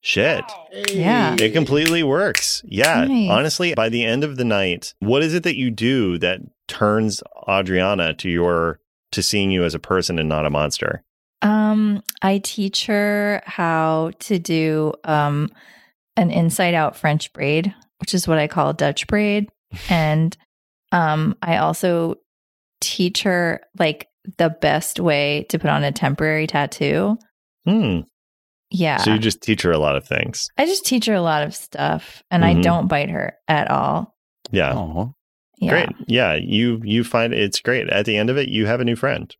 B: Shit.
E: Yeah.
B: It completely works. Yeah.
E: Nice.
B: Honestly, by the end of the night, what is it that you do that turns Adriana to your to seeing you as a person and not a monster?
E: Um, I teach her how to do um an inside out French braid, which is what I call Dutch braid. And um I also teach her like the best way to put on a temporary tattoo.
B: Hmm.
E: Yeah.
B: So you just teach her a lot of things.
E: I just teach her a lot of stuff and I
B: Mhm.
E: don't bite her at all.
B: Yeah.
D: Aw.
E: Yeah.
B: Great. Yeah. You you find it's great. At the end of it, you have a new friend.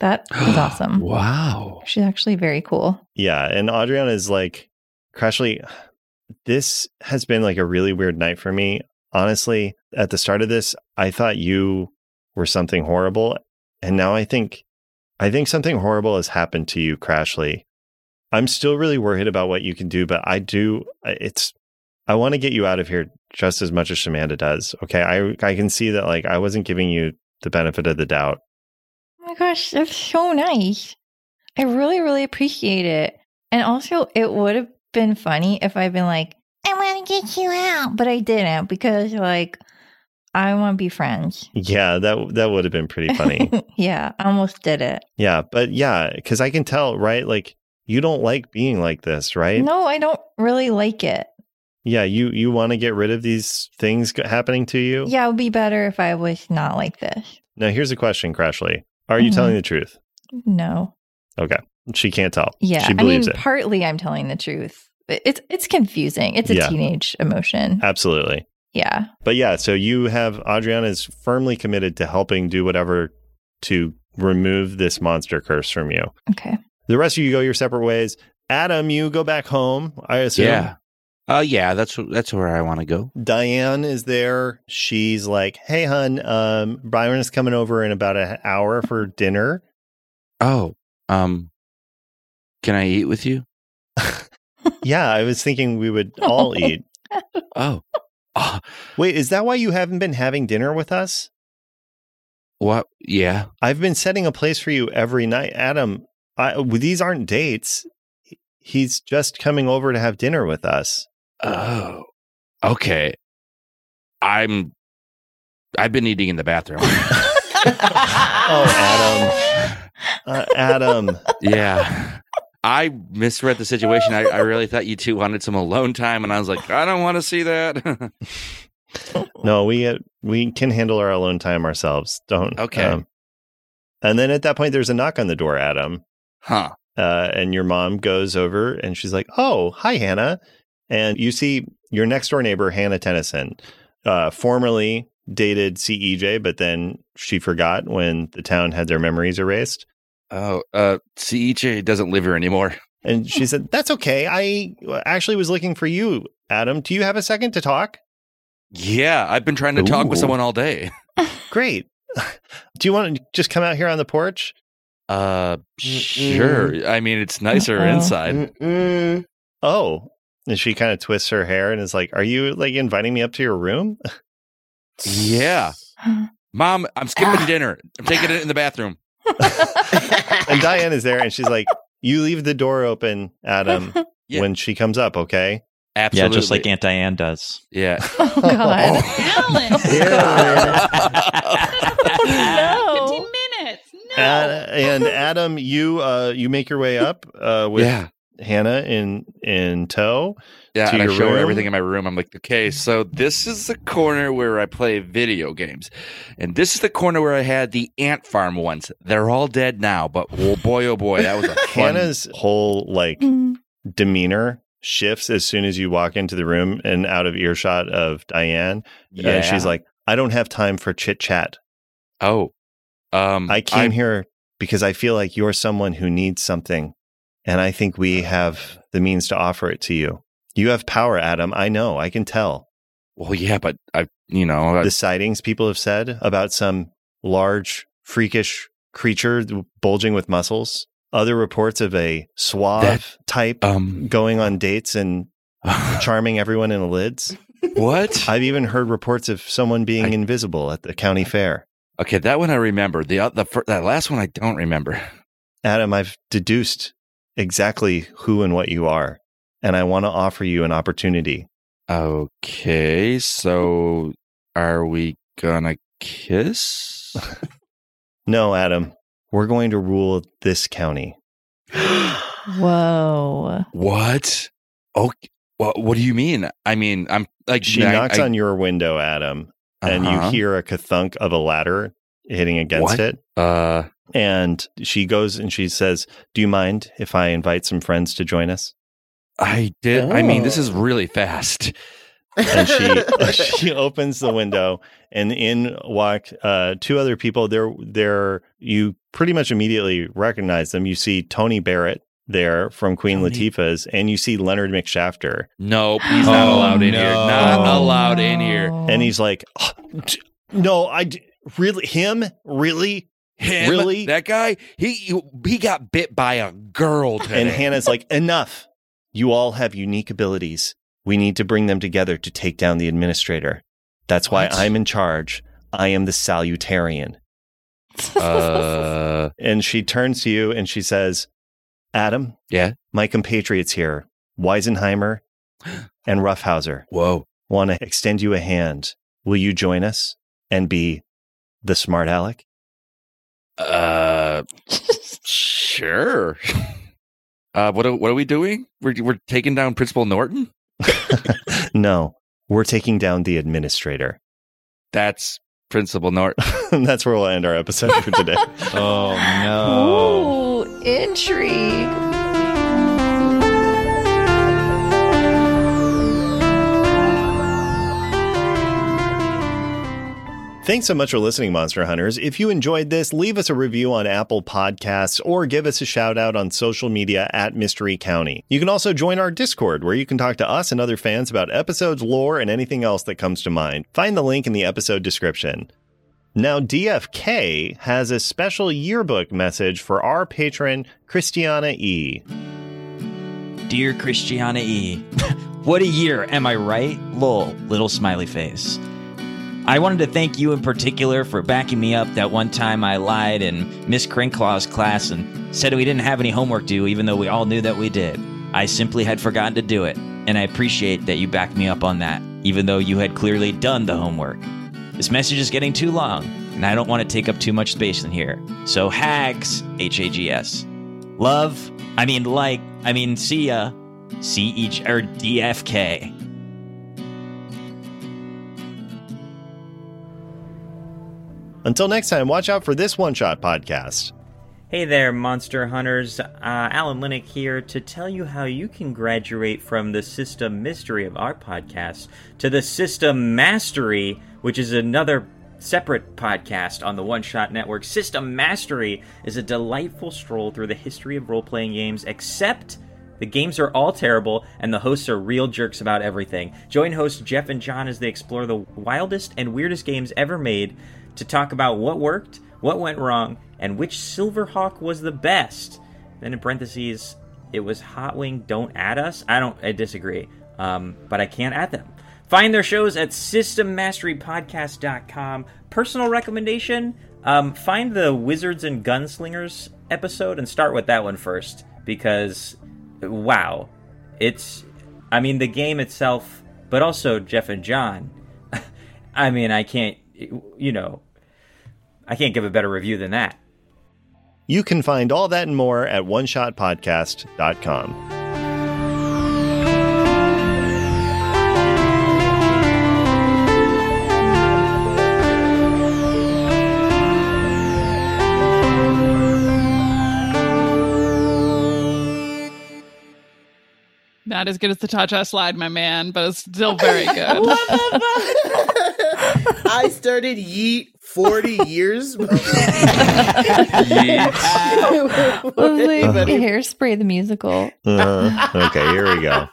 E: That was awesome.
D: Wow.
E: She's actually very cool.
B: Yeah, and Adriana is like, Crashly, this has been like a really weird night for me. Honestly, at the start of this, I thought you were something horrible, and now I think, I think something horrible has happened to you, Crashly. I'm still really worried about what you can do, but I do. I- It's, I want to get you out of here just as much as Shamanda does. Okay, I I can see that like I wasn't giving you the benefit of the doubt.
E: Oh my gosh, that's so nice. I really, really appreciate it. And also, it would have been funny if I'd been like, I want to get you out, but I didn't because, like, I want to be friends.
B: Yeah, that that would have been pretty funny.
E: yeah, I almost did it.
B: Yeah, but yeah, because I can tell, right? Like you don't like being like this, right?
E: No, I don't really like it.
B: Yeah, you you want to get rid of these things g- happening to you.
E: Yeah, it would be better if I was not like this.
B: Now here's a question, Crashly: Are you
E: Mhm.
B: telling the truth?
E: No.
B: She can't tell.
E: Yeah,
B: she
E: I mean,
B: believes it.
E: partly I'm telling the truth. It- It's it's confusing. It's a
B: Yeah.
E: teenage emotion.
B: Absolutely.
E: yeah.
B: But yeah, so you have Adriana is firmly committed to helping do whatever to remove this monster curse from you.
E: Okay.
B: The rest of you go your separate ways. Adam, you go back home. I assume.
D: Yeah. Uh, yeah, that's that's where I want to go.
B: Diane is there. She's like, "Hey, hun, um, Byron is coming over in about an hour for dinner."
D: Oh, um, can I eat with you?
B: Yeah, I was thinking we would all eat.
D: Oh, Ah,
B: Wait, is that why you haven't been having dinner with us?
D: what? Yeah,
B: I've been setting a place for you every night, Adam. I, these aren't dates. He's just coming over to have dinner with us.
D: Oh, okay. I'm. I've been eating in the bathroom.
E: Oh,
B: Adam. Uh, Adam,
D: yeah, I misread the situation. I, I really thought you two wanted some alone time, and I was like, I don't want to see that.
B: no, we uh, we can handle our alone time ourselves. Don't um,
D: Okay.
B: and then at that point, there's a knock on the door, Adam.
D: huh?
B: uh, and your mom goes over and she's like, "Oh, hi, Hannah," and you see your next door neighbor, Hannah Tennyson, uh, formerly dated CEJ, but then she forgot when the town had their memories erased.
D: Oh, uh, CEJ doesn't live here anymore.
B: And she said, "That's okay. I actually was looking for you, Adam. Do you have a second to talk?
D: Yeah, I've been trying to talk with
A: Ooh.
D: someone all day.
B: Great. Do you want to just come out here on the porch?
D: Uh,
C: Mm-mm.
D: sure. I mean, it's nicer
E: Uh-oh.
D: inside.
C: Mm-mm.
B: Oh." And she kind of twists her hair and is like, "Are you like inviting me up to your room?"
D: Yeah, Mom, Ah. I'm skipping dinner. I'm taking it in the bathroom.
B: And Diane is there and she's like, You leave the door open, Adam,
D: Yeah.
B: when she comes up, okay?
A: Yeah,
D: Absolutely.
A: just like Aunt Diane does.
D: yeah.
E: Oh God. Oh,
F: no. 15 minutes. No.
B: Ad- and Adam, you uh you make your way up uh with
D: yeah.
B: Hannah in in tow.
D: Yeah,
B: to
D: and I
B: your
D: show her
B: room?
D: everything in my room. I'm like, okay, so this is the corner where I play video games, and this is the corner where I had the ant farm ones. They're all dead now, but oh boy, oh boy, that was a fun.
B: Hannah's whole like
E: Mm.
B: demeanor shifts as soon as you walk into the room and out of earshot of Diane. And she's like, I don't have time for chit chat.
D: oh, um,
B: I came
D: I-
B: here because I feel like you're someone who needs something. And I think we have the means to offer it to you. You have power, Adam. I know. I can tell.
D: Well, yeah, but I, you know, I-
B: The sightings people have said about some large, freakish creature bulging with muscles. Other reports of a suave
D: That-
B: type
D: um,
B: going on dates and
D: uh,
B: charming everyone in the lids.
D: what?
B: I've even heard reports of someone being
D: I-
B: invisible at the county fair.
D: okay, that one I remember. The oth- the fir- that last one I don't remember.
B: Adam, I've deduced exactly who and what you are, and I want to offer you an opportunity.
D: Okay, so are we gonna kiss?
B: No, Adam, we're going to rule this county.
E: Whoa.
D: What? Oh, what, what do you mean? I mean, I'm like
B: She
D: I-
B: knocks
D: I-
B: on your window, Adam, and
D: Uh-huh.
B: you hear a kathunk of a ladder hitting against
D: What?
B: it.
D: Uh,
B: And she goes and she says, Do you mind if I invite some friends to join us?
D: I did. I mean, this
B: Oh.
D: is really fast.
B: and she uh, she opens the window and in walk uh, two other people they're they're you pretty much immediately recognize them you see tony barrett there from queen
A: Tony.
B: latifah's and you see leonard mcshafter
D: Nope, he's not
A: Oh,
D: allowed in here.
A: no.
D: Not
A: Oh,
D: allowed in here.
B: and he's like "Oh, d- no i d- really him really
D: Him,
B: Really?
D: That guy? He he- he got bit by a girl today.
B: and hannah's like enough you all have unique abilities we need to bring them together to take down the administrator that's why
D: What?
B: i'm in charge i am the salutarian
D: uh,
B: and she turns to you and she says, Adam,
D: Yeah?
B: my compatriots here, Weisenheimer and Ruffhauser,
D: whoa.
B: want to extend you a hand. Will you join us and be the smart aleck?
D: Uh, sure. Uh, what are, what are we doing? We're we're taking down Principal Norton.
B: No, we're taking down the administrator.
D: That's Principal Norton.
B: and that's where we'll end our episode for today.
A: Oh no.
E: Ooh, intrigue.
B: Thanks so much for listening, Monster Hunters. If you enjoyed this, leave us a review on Apple Podcasts or give us a shout out on social media at Mystery County. You can also join our Discord, where you can talk to us and other fans about episodes, lore, and anything else that comes to mind. Find the link in the episode description. Now, DFK has a special yearbook message for our patron, Christiana E.
A: Dear Christiana E. what a year, am I right? Lol, little smiley face. I wanted to thank you in particular for backing me up that one time I lied in Miss Crinklaw's class and said we didn't have any homework due, even though we all knew that we did. I simply had forgotten to do it, and I appreciate that you backed me up on that, even though you had clearly done the homework. This message is getting too long, and I don't want to take up too much space in here. So, hags, H A G S. Love, I mean, like, I mean, see ya, C E J or D F K.
B: Until next time, watch out for this one shot podcast.
G: Hey there, Monster Hunters. Uh, Alan Linick here to tell you how you can graduate from the system mystery of our podcast to the system mastery, which is another separate podcast on the One Shot Network. System Mastery is a delightful stroll through the history of role playing games, except. The games are all terrible, and the hosts are real jerks about everything. Join hosts Jeff and John as they explore the wildest and weirdest games ever made to talk about what worked, what went wrong, and which Silverhawk was the best. Then in parentheses, it was Hot Wing. Don't add us. I don't. I disagree. Um, but I can't add them. Find their shows at systemmasterypodcast.com. Personal recommendation: um, find the Wizards and Gunslingers episode and start with that one first.
A: because wow, it's I mean the game itself, but also Jeff and John. I mean, I can't you know, I can't give a better review than that.
B: You can find all that and more at oneshotpodcast.com.
F: Not as good as the Cha Cha slide, my man, but it's still very good.
C: I started Yeet 40 years.
E: It was like
C: Anybody-
E: Hairspray the musical.
B: Uh, okay, here we go.